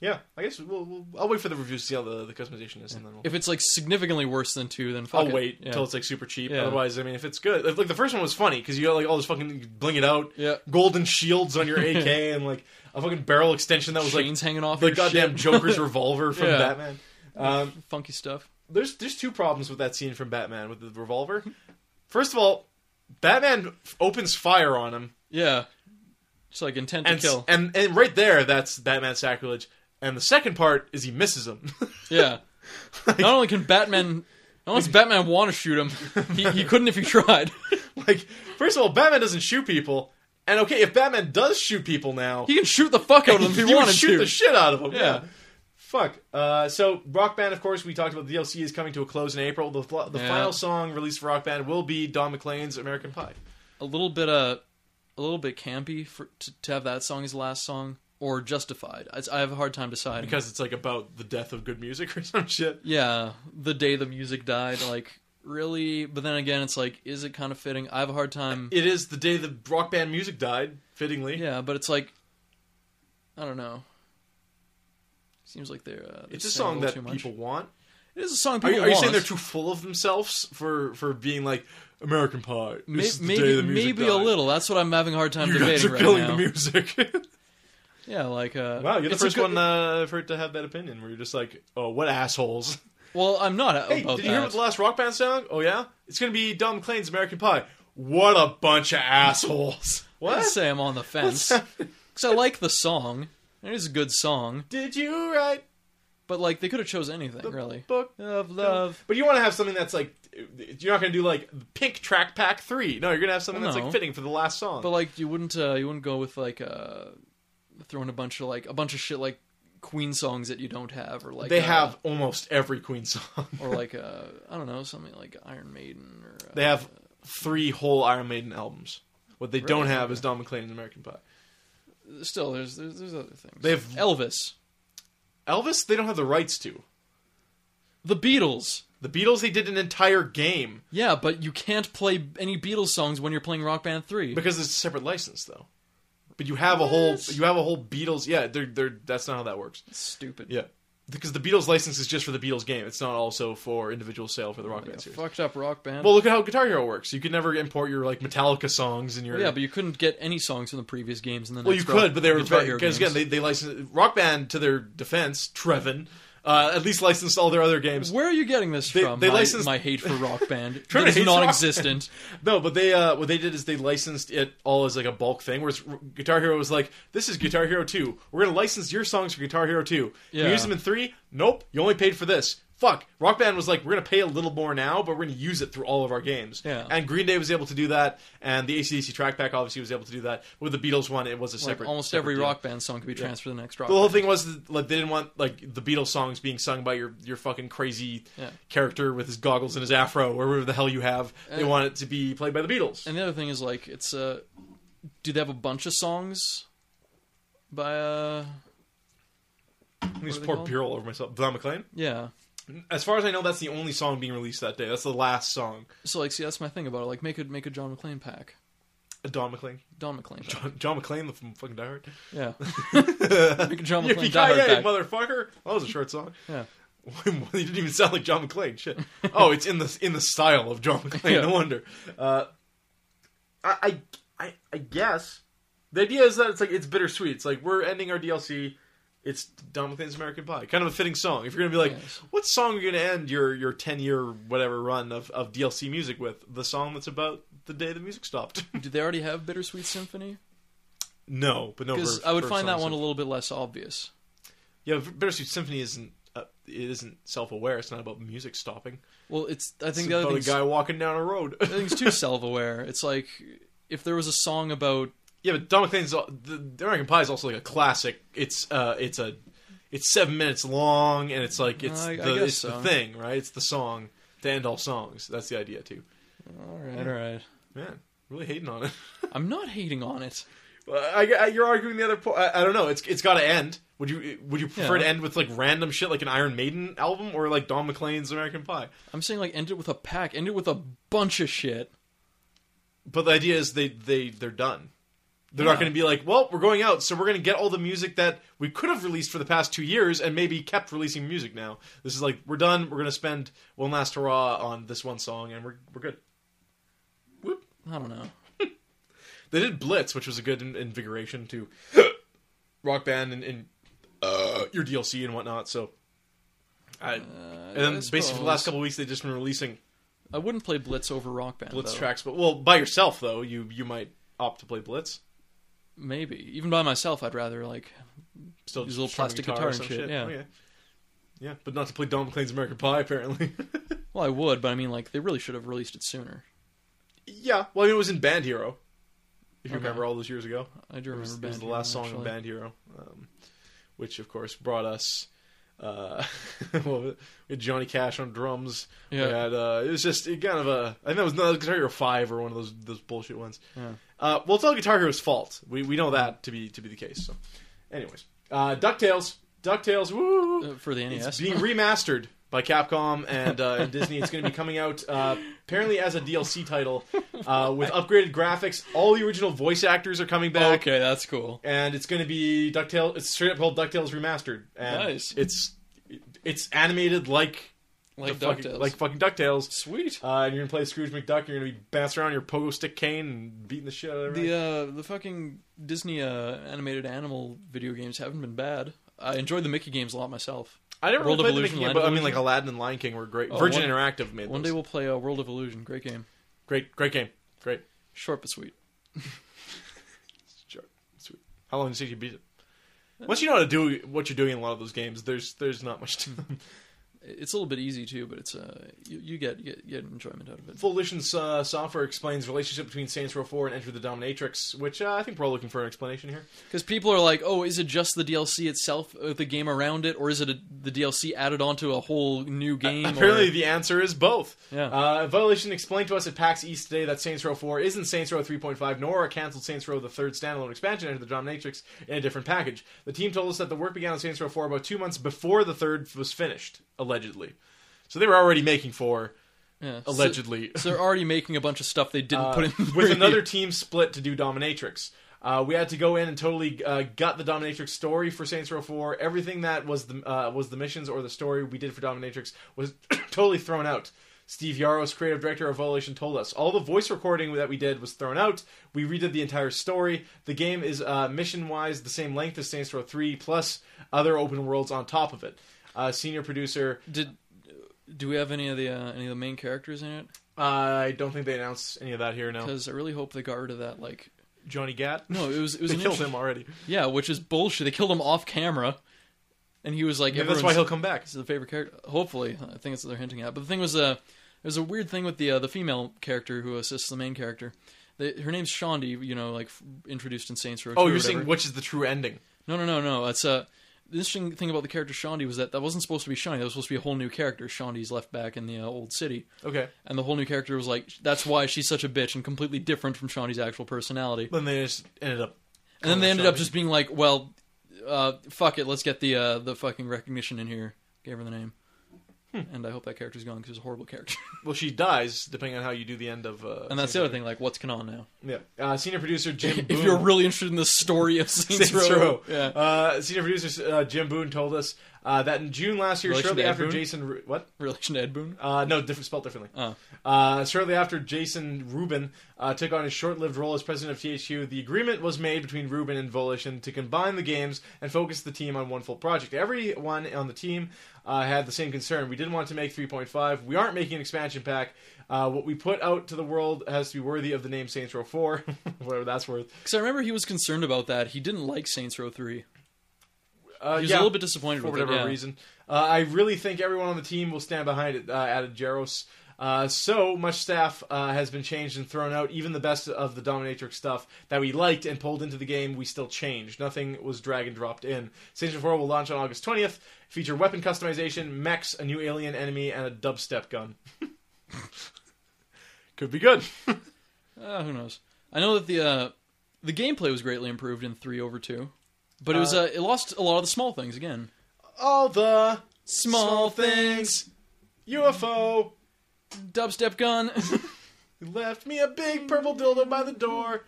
A: Yeah, I guess we'll, we'll, I'll wait for the reviews to see how the, the customization is, and then we'll,
B: If it's like significantly worse than two, then fuck
A: I'll
B: it.
A: wait
B: Yeah.
A: until it's like super cheap.
B: Yeah.
A: Otherwise, I mean, if it's good, if, like the first one was funny because you got like all this fucking you bling it out,
B: Yeah.
A: golden shields on your AK, and like a fucking barrel extension that was like
B: chains hanging off
A: the
B: your
A: goddamn
B: shit.
A: Joker's revolver from
B: Yeah.
A: Batman. Um,
B: funky stuff.
A: there's there's two problems with that scene from Batman with the revolver. First of all, Batman f- opens fire on him,
B: Yeah, it's like intent
A: and
B: to kill.
A: and and right there, that's Batman sacrilege. And the second part is he misses him.
B: Yeah. not only can Batman, not only does Batman want to shoot him, he, he couldn't if he tried.
A: like, first of all, Batman doesn't shoot people, and okay, if Batman does shoot people now,
B: He can shoot the fuck out of them if he,
A: would
B: wanted
A: shoot
B: to.
A: the shit out of him.
B: Yeah.
A: Yeah. Fuck. Uh, so Rock Band, of course, we talked about the DLC is coming to a close in April. The, fl- the
B: Yeah.
A: final song released for Rock Band will be Don McLean's American Pie.
B: a little bit uh, a little bit campy for to, to have that song as the last song or justified. I, I have a hard time deciding.
A: Because it's like about the death of good music or some shit.
B: yeah, the day the music died, like really. But then again, it's like, is it kind of fitting? I have a hard time.
A: It is the day the rock band music died, fittingly.
B: Yeah, but it's like, I don't know. Seems like they're. Uh, they're
A: It's a
B: saying
A: song that
B: little too much.
A: people want.
B: It is a song
A: Are
B: people.
A: you, are you saying
B: want.
A: they're too full of themselves for for being like American Pie? This
B: May-
A: is the day
B: maybe
A: the music
B: maybe
A: died.
B: a little. That's what I'm having a hard time
A: You guys
B: debating
A: are
B: right
A: killing
B: now.
A: the music.
B: Yeah, like uh,
A: wow, you're the
B: it's a
A: first
B: good-
A: one uh, for it to have that opinion where you're just like, oh, what assholes.
B: Well, I'm not
A: Hey,
B: about
A: did you hear
B: that.
A: what the last rock band song? Oh yeah, it's gonna be Don McLean's American Pie. What a bunch of assholes.
B: I'd
A: What?
B: say I'm on the fence because I like the song. It is a good song,
A: Did you write
B: but like they could have chose anything
A: the
B: really.
A: book
B: Of love,
A: But you want to have something that's like you're not going to do like Pink Track Pack Three. No, you're going to have something
B: Well,
A: that's
B: no.
A: like fitting for the last song.
B: but like you wouldn't uh, you wouldn't go with like uh, throwing a bunch of like a bunch of shit like Queen songs that you don't have or like
A: they
B: uh,
A: have almost every Queen song.
B: or like uh, I don't know something like Iron Maiden or uh,
A: they have three whole Iron Maiden albums. What they don't
B: Really?
A: have is Don McLean's American Pie.
B: still there's, there's there's other things.
A: They have-
B: Elvis,
A: Elvis, they don't have the rights to.
B: the Beatles.
A: The Beatles, they did an entire game
B: Yeah, but you can't play any Beatles songs when you're playing Rock Band 3.
A: because it's a separate license, though. But you have a whole
B: What?
A: you have a whole Beatles. Yeah, they're they're that's not how that works.
B: It's stupid.
A: Yeah, because the Beatles license is just for the Beatles game. It's not also for individual sale for the Rock
B: Like a
A: Band series.
B: fucked up Rock Band.
A: Well, look at how Guitar Hero works. You could never import your like Metallica songs and your.
B: yeah, but you couldn't get any songs from the previous games in the
A: well, you
B: next
A: could,
B: Rock-
A: but they were
B: Guitar Hero
A: because again
B: games.
A: they they licensed Rock Band to their defense. Trevin, uh, at least licensed all their other games.
B: Where are you getting this
A: They-
B: from?
A: they
B: my,
A: licensed-
B: my hate for Rock Band
A: Trevor
B: that is
A: hates Rock
B: non-existent.
A: No, but they uh, what they did is they licensed it all as like a bulk thing. Whereas R- Guitar Hero was like, "This is Guitar Hero Two. We're gonna license your songs for Guitar Hero Two.
B: Yeah.
A: You use them in three? Nope. You only paid for this." Fuck. Rock Band was like, "We're gonna pay a little more now, but we're gonna use it through all of our games."
B: Yeah.
A: And Green Day was able to do that, and the ACDC Track Pack obviously was able to do that. With the Beatles one, it was a
B: like
A: separate.
B: almost
A: separate
B: every
A: deal.
B: Rock Band song could be transferred to the next Rock.
A: The whole
B: Band.
A: thing was that, like they didn't want like the Beatles songs being sung by your your fucking crazy
B: Yeah.
A: character with his goggles and his afro or whatever the hell you have. They
B: Uh,
A: want it to be played by the Beatles.
B: And the other thing is like it's uh, do they have a bunch of songs by uh
A: Let me
B: What are
A: just
B: they
A: pour
B: called?
A: beer all over myself. Don McLean.
B: yeah.
A: As far as I know, that's the only song being released that day. That's the last song.
B: So like see that's my thing about it. Like make a make a John McClane pack.
A: Don McLean.
B: Don McClane pack.
A: John, John McLean from fucking Die Hard.
B: Yeah.
A: Yippee
B: Make a John McClane Die Hard
A: ki
B: pack.
A: motherfucker! That was a short song.
B: Yeah.
A: you didn't even sound like John McClane. Shit. Oh, it's in the in the style of John McClane.
B: Yeah.
A: No wonder. Uh, I, I I I guess the idea is that it's like it's bittersweet. It's like we're ending our DLC. It's done with His American Pie. Kind of a fitting song. If you're gonna be like,
B: Yes.
A: what song are you gonna end your your ten year whatever run of, of DLC music with? The song that's about the day the music stopped.
B: Did they already have Bittersweet Symphony?
A: no, but no.
B: Because
A: for-
B: I would
A: for
B: find that
A: songs.
B: one a little bit less obvious.
A: Yeah, Bittersweet Symphony isn't uh, it isn't self aware. It's not about music stopping.
B: Well, it's I think
A: It's
B: the other
A: about a
B: thing's,
A: guy walking down a road.
B: the other thing's too self-aware. It's like if there was a song about
A: yeah, but Don McLean's the the American Pie is also like a classic. It's uh, it's a it's seven minutes long, and it's like it's
B: I- I
A: the
B: guess
A: it's
B: so.
A: the thing, right? It's the song to end all songs. That's the idea too.
B: all right, all right.
A: Man, really hating on it.
B: I'm not hating on it.
A: Well, I, I- you're arguing the other point. I, I don't know. It's it's got to end. Would you would you prefer to
B: Yeah.
A: end with like random shit like an Iron Maiden album or like Don McLean's American Pie?
B: I'm saying like end it with a pack, end it with a bunch of shit.
A: But the idea is they they they're done. They're not
B: Yeah.
A: going to be like, well, we're going out, so we're going to get all the music that we could have released for the past two years, and maybe kept releasing music now. This is like, we're done. We're going to spend one last hurrah on this one song, and we're we're good. Whoop.
B: I don't know.
A: They did Blitz, which was a good in- invigoration to Rock Band and, and uh, your DLC and whatnot. So, I, and then
B: I
A: basically for the
B: suppose.
A: last couple of weeks, they've just been releasing
B: I wouldn't play Blitz over Rock Band.
A: Blitz
B: though.
A: tracks. But well, by yourself though, you you might opt to play Blitz.
B: Maybe even by myself, I'd rather like
A: still
B: These
A: just
B: little
A: strum a
B: plastic
A: guitar,
B: guitar
A: or
B: and
A: some Oh,
B: shit, yeah.
A: Okay. Yeah, but not to play Don McLean's American Pie, apparently.
B: Well, I would, but I mean, like, they really should have released it sooner.
A: yeah, well, I mean, it was in Band Hero, if you
B: Okay.
A: remember all those years ago.
B: I do
A: It
B: remember
A: was, it
B: Band
A: was the
B: Hero,
A: last song in
B: actually.
A: Band Hero, um, which, of course, brought us. Uh, well, we had Johnny Cash on drums. We
B: Yeah.
A: had, uh, it was just it kind of a. I think that was not Guitar Hero Five or one of those those bullshit ones.
B: Yeah.
A: Uh, well, it's all Guitar Hero's fault. We we know that to be to be the case. So, anyways, uh, Ducktales, Ducktales, woo!
B: Uh, for the
A: It's
B: NES.
A: being remastered by Capcom and, uh, and Disney. It's going to be coming out uh, apparently as a DLC title uh, with upgraded graphics. All the original voice actors are coming back,
B: okay, that's cool.
A: and it's going to be Ducktales. It's straight up called Ducktales remastered. And
B: Nice.
A: It's it's animated like
B: Like
A: the fucking,
B: DuckTales.
A: like fucking Ducktales.
B: Sweet.
A: Uh, and you're gonna play Scrooge McDuck. You're gonna be bouncing around on your pogo stick cane and beating the shit out of everyone.
B: The uh, the fucking Disney uh, animated animal video games haven't been bad. I enjoyed the Mickey games a lot myself.
A: I never really
B: World of
A: played
B: Illusion,
A: the Mickey game,
B: Land
A: but
B: of
A: I mean, like
B: Illusion.
A: Aladdin and Lion King were great.
B: Oh,
A: Virgin
B: one-
A: Interactive made
B: One day
A: those.
B: we'll play uh, World of Illusion. Great game.
A: great, great game, great.
B: Short but sweet.
A: Sure. Sweet. How long does it take you to beat it?
B: Uh,
A: Once you know how to do what you're doing in a lot of those games, there's there's not much to them.
B: It's a little bit easy too, but it's uh, you, you get you get, you get enjoyment out of it.
A: Volition's uh, software explains relationship between Saints Row 4 and Enter the Dominatrix, which uh, I think we're all looking for an explanation here.
B: Because people are like, oh, is it just the DLC itself, uh, the game around it, or is it a, the DLC added onto a whole new game?
A: Apparently,
B: or-
A: the answer is both.
B: Yeah.
A: Uh, Violation explained to us at PAX East today that Saints Row 4 isn't Saints Row 3.5, nor a canceled Saints Row the third standalone expansion under the Dominatrix in a different package. The team told us that the work began on Saints Row 4 about two months before the third was finished, allegedly. So they were already making 4,
B: yeah. So-
A: allegedly.
B: So, they're already making a bunch of stuff they didn't
A: Uh,
B: put in. the
A: with
B: preview.
A: another team split to do Dominatrix. Uh, we had to go in and totally uh, gut the Dominatrix story for Saints Row 4. Everything that was the uh, was the missions or the story we did for Dominatrix was totally thrown out. Steve Yaros, creative director of Violation, told us all the voice recording that we did was thrown out. We redid the entire story. The game is uh, mission wise the same length as Saints Row 3, plus other open worlds on top of it. Uh, senior producer,
B: Did do we have any of the uh, any of the main characters in it?
A: uh, I don't think they announced any of that here now.
B: Because I really hope they got rid of that. Like,
A: Johnny Gat,
B: no, it was it was
A: they
B: an
A: killed
B: inter-
A: him already.
B: Yeah, which is bullshit. They killed him off camera, and he was like,
A: Maybe that's why he'll
B: everyone's-
A: come back.
B: This is the favorite character. Hopefully, I think that's what they're hinting at. But the thing was, uh, there's a weird thing with the uh, the female character who assists the main character. They, her name's Shondi, you know, like f- introduced in Saints Row. 2
A: Oh,
B: or
A: you're saying
B: whatever.
A: which is the true ending?
B: No, no, no, no. It's uh, the interesting thing about the character Shondi was that that wasn't supposed to be Shondi. That was supposed to be a whole new character. Shondi's left back in the uh, old city,
A: Okay.
B: and the whole new character was like, that's why she's such a bitch and completely different from Shondi's actual personality.
A: Then they just ended up.
B: And then they
A: Oh,
B: ended up
A: Shondi.
B: just being like, well, uh, fuck it, let's get the uh, the fucking recognition in here. Gave her the name. And I hope that character's gone because it's a horrible character.
A: Well, she dies depending on how you do the end of. Uh,
B: and that's the other thing, like, what's canon now?
A: Yeah. Uh, senior producer Jim.
B: If
A: Boone-
B: you're really interested in the story of Saints, Uh,
A: Saints Row.
B: yeah.
A: Uh, senior producer uh, Jim Boone told us Uh, that in June last year,
B: Relation
A: shortly
B: to Ed
A: after
B: Boon?
A: Jason, Ru- what?
B: Relation to Ed Boon?
A: Uh, no, different spelled differently.
B: Oh.
A: Uh, shortly after Jason Rubin uh, took on his short-lived role as president of THQ, the agreement was made between Rubin and Volition to combine the games and focus the team on one full project. Everyone on the team uh, had the same concern. We didn't want to make 3.5. We aren't making an expansion pack. Uh, what we put out to the world has to be worthy of the name Saints Row 4, whatever that's worth.
B: Because I remember he was concerned about that. He didn't like Saints Row 3.
A: Uh,
B: He was
A: yeah.
B: a little bit disappointed
A: for
B: with it,
A: whatever
B: yeah.
A: reason. Uh, I really think everyone on the team will stand behind it, uh, added Jaros. Uh, so much staff uh, has been changed and thrown out. Even the best of the Dominatrix stuff that we liked and pulled into the game, we still changed. Nothing was drag and dropped in. Station 4 will launch on August 20th, feature weapon customization, mechs, a new alien enemy, and a dubstep gun. Could be good.
B: Uh, who knows? I know that the uh, the gameplay was greatly improved in three over two, but it was uh, it lost a lot of the small things again.
A: All the
B: Small
A: things. UFO
B: Dubstep gun.
A: You left me a big purple dildo by the door.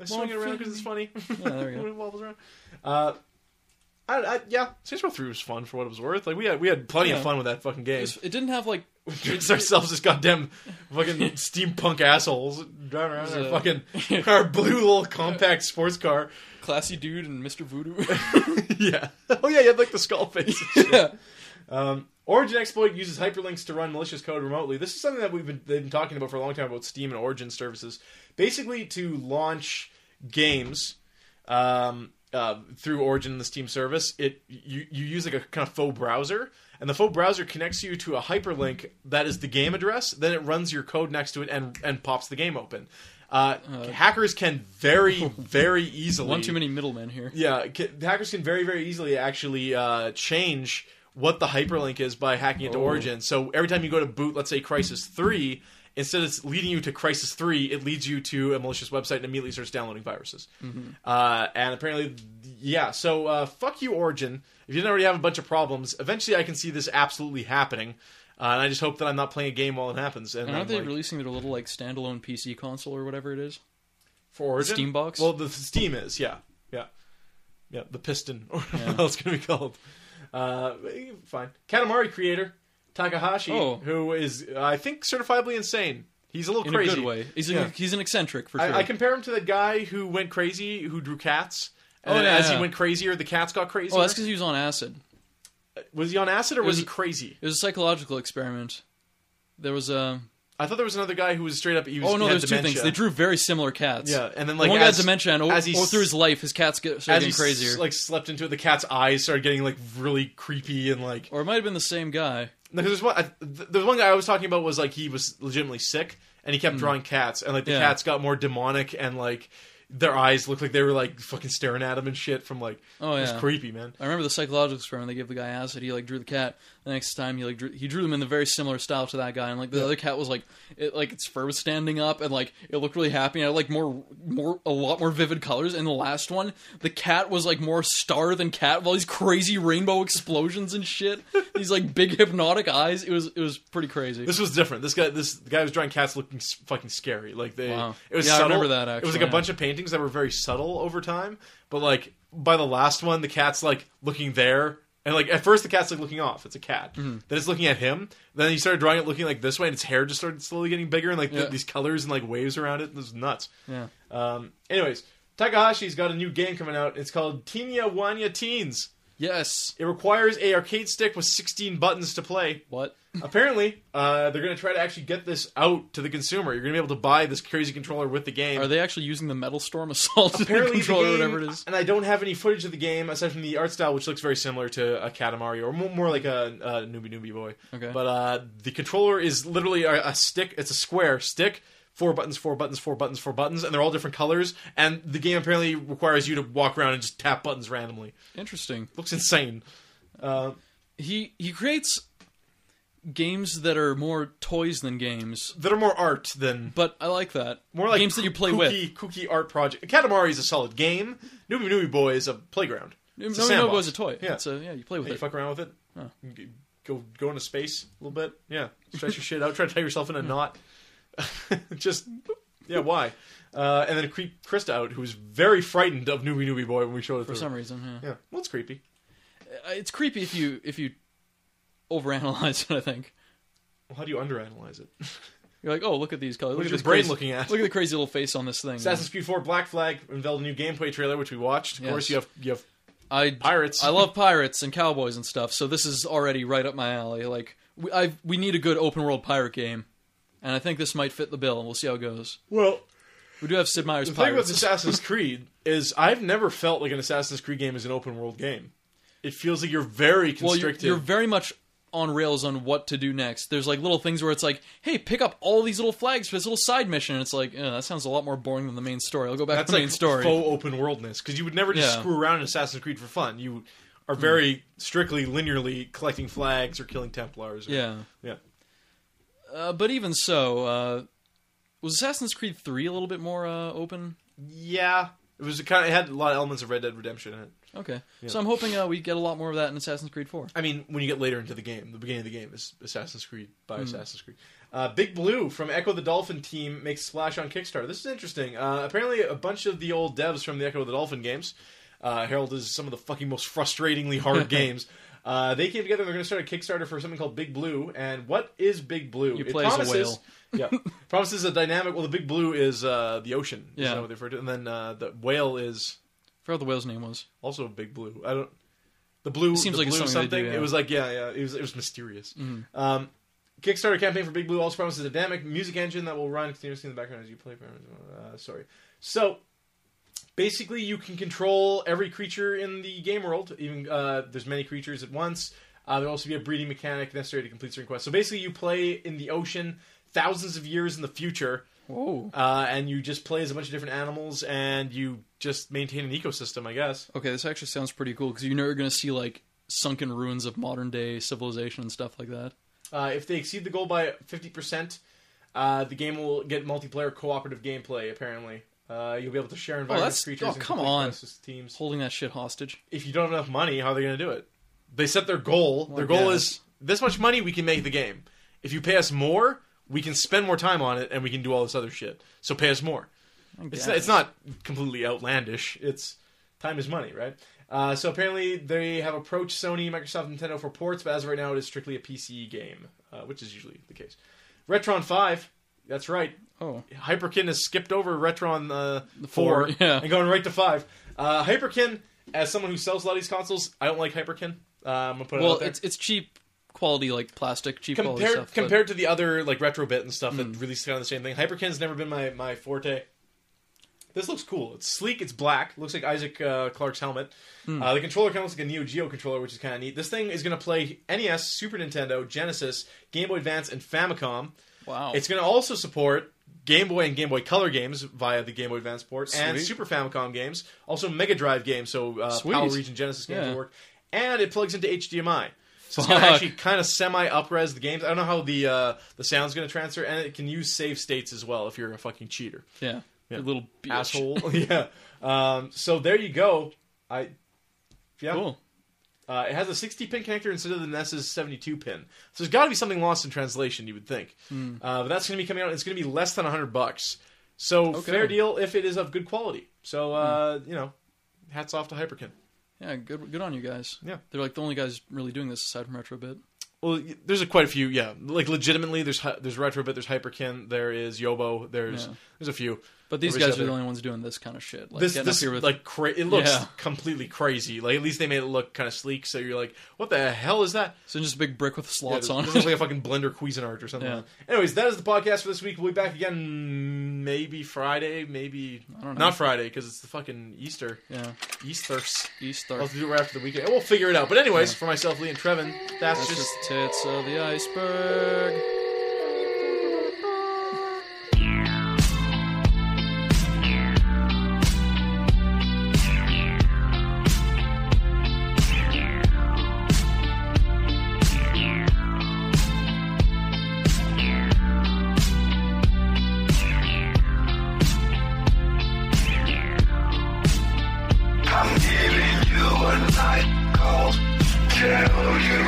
A: I swing it around because it's funny.
B: Yeah, there we go.
A: When it wobbles around. Uh, I, I, yeah, Saints Row 3 was fun for what it was worth. Like we had we had plenty of
B: Yeah.
A: fun with that fucking
B: it,
A: game.
B: was- it didn't have like
A: It's ourselves as goddamn fucking steampunk assholes driving around in
B: It
A: our
B: was
A: fucking our blue little compact sports car.
B: classy dude and Mr. Voodoo.
A: yeah. Oh yeah, you had like the skull face.
B: yeah.
A: Um, Origin exploit uses hyperlinks to run malicious code remotely. This is something that we've been, they've been talking about for a long time about Steam and Origin services, basically to launch games um, uh, through Origin and the Steam service. It you you use like a kind of faux browser, and the faux browser connects you to a hyperlink that is the game address. Then it runs your code next to it and and pops the game open. Uh, hackers can very very easily
B: One too many middlemen here.
A: yeah, ca- hackers can very, very easily actually uh, change what the hyperlink is by hacking it to
B: Oh.
A: Origin. So every time you go to boot, let's say Crisis 3, instead of leading you to Crisis 3, it leads you to a malicious website and immediately starts downloading viruses. Uh, and apparently, yeah, so uh, fuck you, Origin. If you didn't already have a bunch of problems, eventually I can see this absolutely happening. Uh, and I just hope that I'm not playing a game while it happens. And,
B: And
A: I'm
B: aren't they
A: like-
B: releasing their little like standalone PC console or whatever it is?
A: For Origin?
B: Steam box?
A: Well, the Steam is, yeah. Yeah. Yeah, the piston, or what else can be called. Uh, fine. Katamari creator, Takahashi,
B: Oh.
A: who is, I think, certifiably insane. He's a little
B: In
A: crazy.
B: a good way. He's
A: Yeah.
B: a, he's an eccentric for sure.
A: I, I compare him to that guy who went crazy, who drew cats. And
B: Oh,
A: then
B: yeah,
A: as he
B: yeah.
A: went crazier, the cats got crazy.
B: oh, that's because he was on acid.
A: was he on acid or was,
B: was-
A: he crazy?
B: It was a psychological experiment. There was a
A: I thought there was another guy who was straight up. He was,
B: oh no,
A: he had
B: there's two
A: dementia.
B: things. They drew very similar cats.
A: Yeah, and then like
B: The one
A: as,
B: got dementia, and o-
A: as he
B: all through
A: s-
B: his life, his cats get started
A: as he
B: getting crazier.
A: s- like slept into it, the cat's eyes started getting like really creepy and like
B: or it might have been the same guy.
A: No, 'cause there's one. I, th- there's one guy I was talking about was like he was legitimately sick, and he kept drawing cats, and like the
B: Hmm. Yeah.
A: cats got more demonic, and like their eyes looked like they were like fucking staring at him and shit. From like,
B: Oh,
A: it was
B: yeah.
A: creepy, man.
B: I remember the psychological experiment they gave the guy acid. He like drew the cat. The next time he like drew, he drew them in the very similar style to that guy, and like the other cat was like it like its fur was standing up, and like it looked really happy. And had, like more more a lot more vivid colors. And the last one, the cat was like more star than cat. With all these crazy rainbow explosions and shit. these like big hypnotic eyes. It was it was pretty crazy.
A: This was different. This guy, this the guy who was drawing cats looking s- fucking scary. Like they,
B: Wow.
A: it was
B: Yeah, I
A: subtle.
B: remember
A: it
B: that,
A: was
B: actually,
A: like a
B: yeah.
A: bunch of paintings that were very subtle over time, but like by the last one, the cat's like looking there. And like at first, the cat's like looking off. It's a cat.
B: Mm-hmm.
A: Then it's looking at him. Then he started drawing it looking like this way, and its hair just started slowly getting bigger, and like th-
B: Yeah.
A: these colors and like waves around it. It was nuts.
B: yeah.
A: Um, anyways, Takahashi's got a new game coming out. It's called Tinya Wanya Teens.
B: Yes.
A: It requires a arcade stick with 16 buttons to play.
B: What?
A: Apparently, uh, they're going to try to actually get this out to the consumer. You're going to be able to buy this crazy controller with the game.
B: Are they actually using the Metal Storm Assault
A: Apparently, the
B: controller, or
A: game-
B: whatever it is?
A: and I don't have any footage of the game aside from the art style, which looks very similar to a Katamari or more, more like a, a Newbie Newbie Boy.
B: Okay.
A: But uh, the controller is literally a, a stick. It's a square stick. Four buttons, four buttons, four buttons, four buttons, and they're all different colors. And the game apparently requires you to walk around and just tap buttons randomly.
B: Interesting.
A: Looks insane. Uh,
B: He he creates games that are more toys than games,
A: that are more art than
B: but I like that.
A: More like
B: games that you play with.
A: kooky, Kooky art project. Katamari is a solid game. Noob Noob Boy is a playground.
B: No,
A: It's a
B: no,
A: sandbox.
B: no, is a toy.
A: Yeah,
B: It's a, yeah, you play with
A: you
B: it.
A: fuck around with it. G- Go go into space a little bit. Yeah, stretch your shit out. Try to tie yourself in a knot. Just yeah, why? Uh, and then creep Krista out, who was very frightened of Nooby Nooby Boy when we showed it
B: For some reason, yeah.
A: Yeah, well, it's creepy.
B: uh, it's creepy if you if you overanalyze it. I think
A: How do you underanalyze it?
B: you're like, oh, look at these colors.
A: What is
B: look at
A: your
B: this
A: brain
B: crazy-
A: looking at?
B: Look at the crazy little face on this thing.
A: Assassin's Creed 4 Black Flag unveiled a new gameplay trailer, which we watched. Of
B: Yes.
A: course, you have you have
B: I
A: pirates.
B: I love pirates and cowboys and stuff. So this is already right up my alley. Like we I we need a good open world pirate game, and I think this might fit the bill. And we'll see how it goes.
A: well.
B: We do have Sid Meier's
A: The thing with
B: pirates.
A: Assassin's Creed is I've never felt like an Assassin's Creed game is an open world game. It feels like you're very
B: well, you're,
A: constricted.
B: you're very much on rails on what to do next. There's like little things where it's like, hey, pick up all these little flags for this little side mission. And it's like, "Ugh, that sounds a lot more boring than the main story. I'll go back
A: That's
B: to the
A: like
B: main story.
A: faux open worldness because you would never just
B: Yeah. Hmm.
A: screw around in Assassin's Creed for fun. You are very strictly linearly collecting flags or killing Templars. Or,
B: yeah.
A: yeah.
B: Uh, but even so, uh, was Assassin's Creed 3 a little bit more uh, open?
A: Yeah. It was kind of it had a lot of elements of Red Dead Redemption in it.
B: Okay. So I'm hoping uh, we get a lot more of that in Assassin's Creed 4.
A: I mean, when you get later into the game, the beginning of the game is Assassin's Creed
B: Hmm.
A: by Assassin's Creed. Uh, Big Blue from Echo the Dolphin team makes splash on Kickstarter. This is interesting. Uh, apparently, a bunch of the old devs from the Echo the Dolphin games, uh, Herald is some of the fucking most frustratingly hard games. Uh, they came together. They're going to start a Kickstarter for something called Big Blue. And what is Big Blue?
B: You play as a whale.
A: Yeah, promises a dynamic. Well, the Big Blue is uh, the ocean. Yeah,
B: Yeah.
A: is that what they refer to. And then uh, the whale is
B: forgot what the whale's name was.
A: also Big Blue. I don't. The blue
B: seems
A: the
B: like it's
A: blue
B: something they do, yeah. Mm-hmm.
A: It was like yeah, yeah. It was it was mysterious. Um, Kickstarter campaign for Big Blue also promises a dynamic music engine that will run continuously in the background as you play. Uh, sorry. So basically, you can control every creature in the game world. Even uh, there's many creatures at once. Uh, there'll also be a breeding mechanic necessary to complete certain quests. So basically, you play in the ocean thousands of years in the future
B: Whoa.
A: uh, and you just play as a bunch of different animals and you just maintain an ecosystem i guess
B: Okay, this actually sounds pretty cool because you know you're going to see like sunken ruins of modern day civilization and stuff like that.
A: Uh, if they exceed the goal by 50%, uh, the game will get multiplayer cooperative gameplay, apparently. Uh, you'll be able to share environments,
B: that's-
A: creatures,
B: oh,
A: and
B: come
A: complete
B: on.
A: quests with teams.
B: Holding that shit hostage.
A: If you don't have enough money, how are they going to do it? They set their goal. their goal
B: yes.
A: is this much money we can make the game. If you pay us more, we can spend more time on it and we can do all this other shit. So pay us more.
B: I
A: It's,
B: guess.
A: not, it's not completely outlandish. It's time is money, right? Uh, so apparently they have approached Sony, Microsoft, Nintendo for ports, but as of right now, it is strictly a PC game, uh, which is usually the case. Retron Five, that's right.
B: Oh,
A: Hyperkin has skipped over Retron uh,
B: four,
A: Four,
B: yeah.
A: and going right to Five. Uh, Hyperkin, as someone who sells a lot of these consoles, I don't like Hyperkin. Uh, I'm gonna put it
B: well,
A: out there.
B: it's it's cheap quality like plastic, cheap quality
A: compared
B: stuff. but- Mm.
A: compared to the other like retrobit and stuff that released kind of the same thing. Hyperkin's never been my my forte. This looks cool. It's sleek. It's black. Looks like Isaac uh, Clark's helmet.
B: Mm.
A: Uh, the controller kind of looks like a Neo Geo controller, which is kind of neat. This thing is going to play NES, Super Nintendo, Genesis, Game Boy Advance, and Famicom.
B: wow,
A: It's going to also support Game Boy and Game Boy Color games via the Game Boy Advance port and
B: Sweet.
A: Super Famicom games, also Mega Drive games, so uh,
B: Sweet.
A: Power Region Genesis games
B: Yeah.
A: will work, and it plugs into HDMI. So it's going to
B: Fuck.
A: actually kind of semi upres the games. I don't know how the uh, the sound's going to transfer, and it can use save states as well if you're a fucking cheater,
B: yeah, You little bitch.
A: asshole. yeah. Um, so there you go. I yeah.
B: Cool.
A: Uh, it has a 60 pin connector instead of the E NES's 72 pin. So there's got to be something lost in translation, you would think.
B: Hmm.
A: Uh, but that's going to be coming out. It's going to be less than 100 bucks. So
B: Okay. Hmm.
A: fair deal if it is of good quality. So uh, you know, hats off to Hyperkin.
B: Yeah, good good on you guys.
A: Yeah.
B: they're like the only guys really doing this aside from Retrobit.
A: Well, y- there's a quite a few, yeah. Like legitimately, there's Hy- there's Retrobit, there's Hyperkin, there is Yobo, there's
B: Yeah.
A: there's a few.
B: But these
A: Everybody's
B: guys are the
A: out
B: only ones doing this kind of shit. Like
A: this
B: getting
A: this
B: up here with
A: like cra- it looks
B: Yeah.
A: completely crazy. Like at least they made it look kind of sleek. So you're like, what the hell is that?
B: so just a big brick with
A: Yeah,
B: slots
A: this-
B: on
A: This
B: it.
A: looks like a fucking blender Cuisinart or something.
B: Yeah.
A: like that. Anyways, that is the podcast for this week. We'll be back again maybe Friday, maybe
B: I don't know.
A: not Friday because it's the fucking Easter.
B: yeah,
A: Easter's.
B: East
A: I'll
B: Star.
A: have to do it right after the weekend. We'll figure it out. But anyways, for myself, Lee and Trevin, that's,
B: That's
A: just
B: just tits of the iceberg.
D: I'm giving you a night cold. Tell you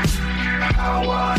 D: how I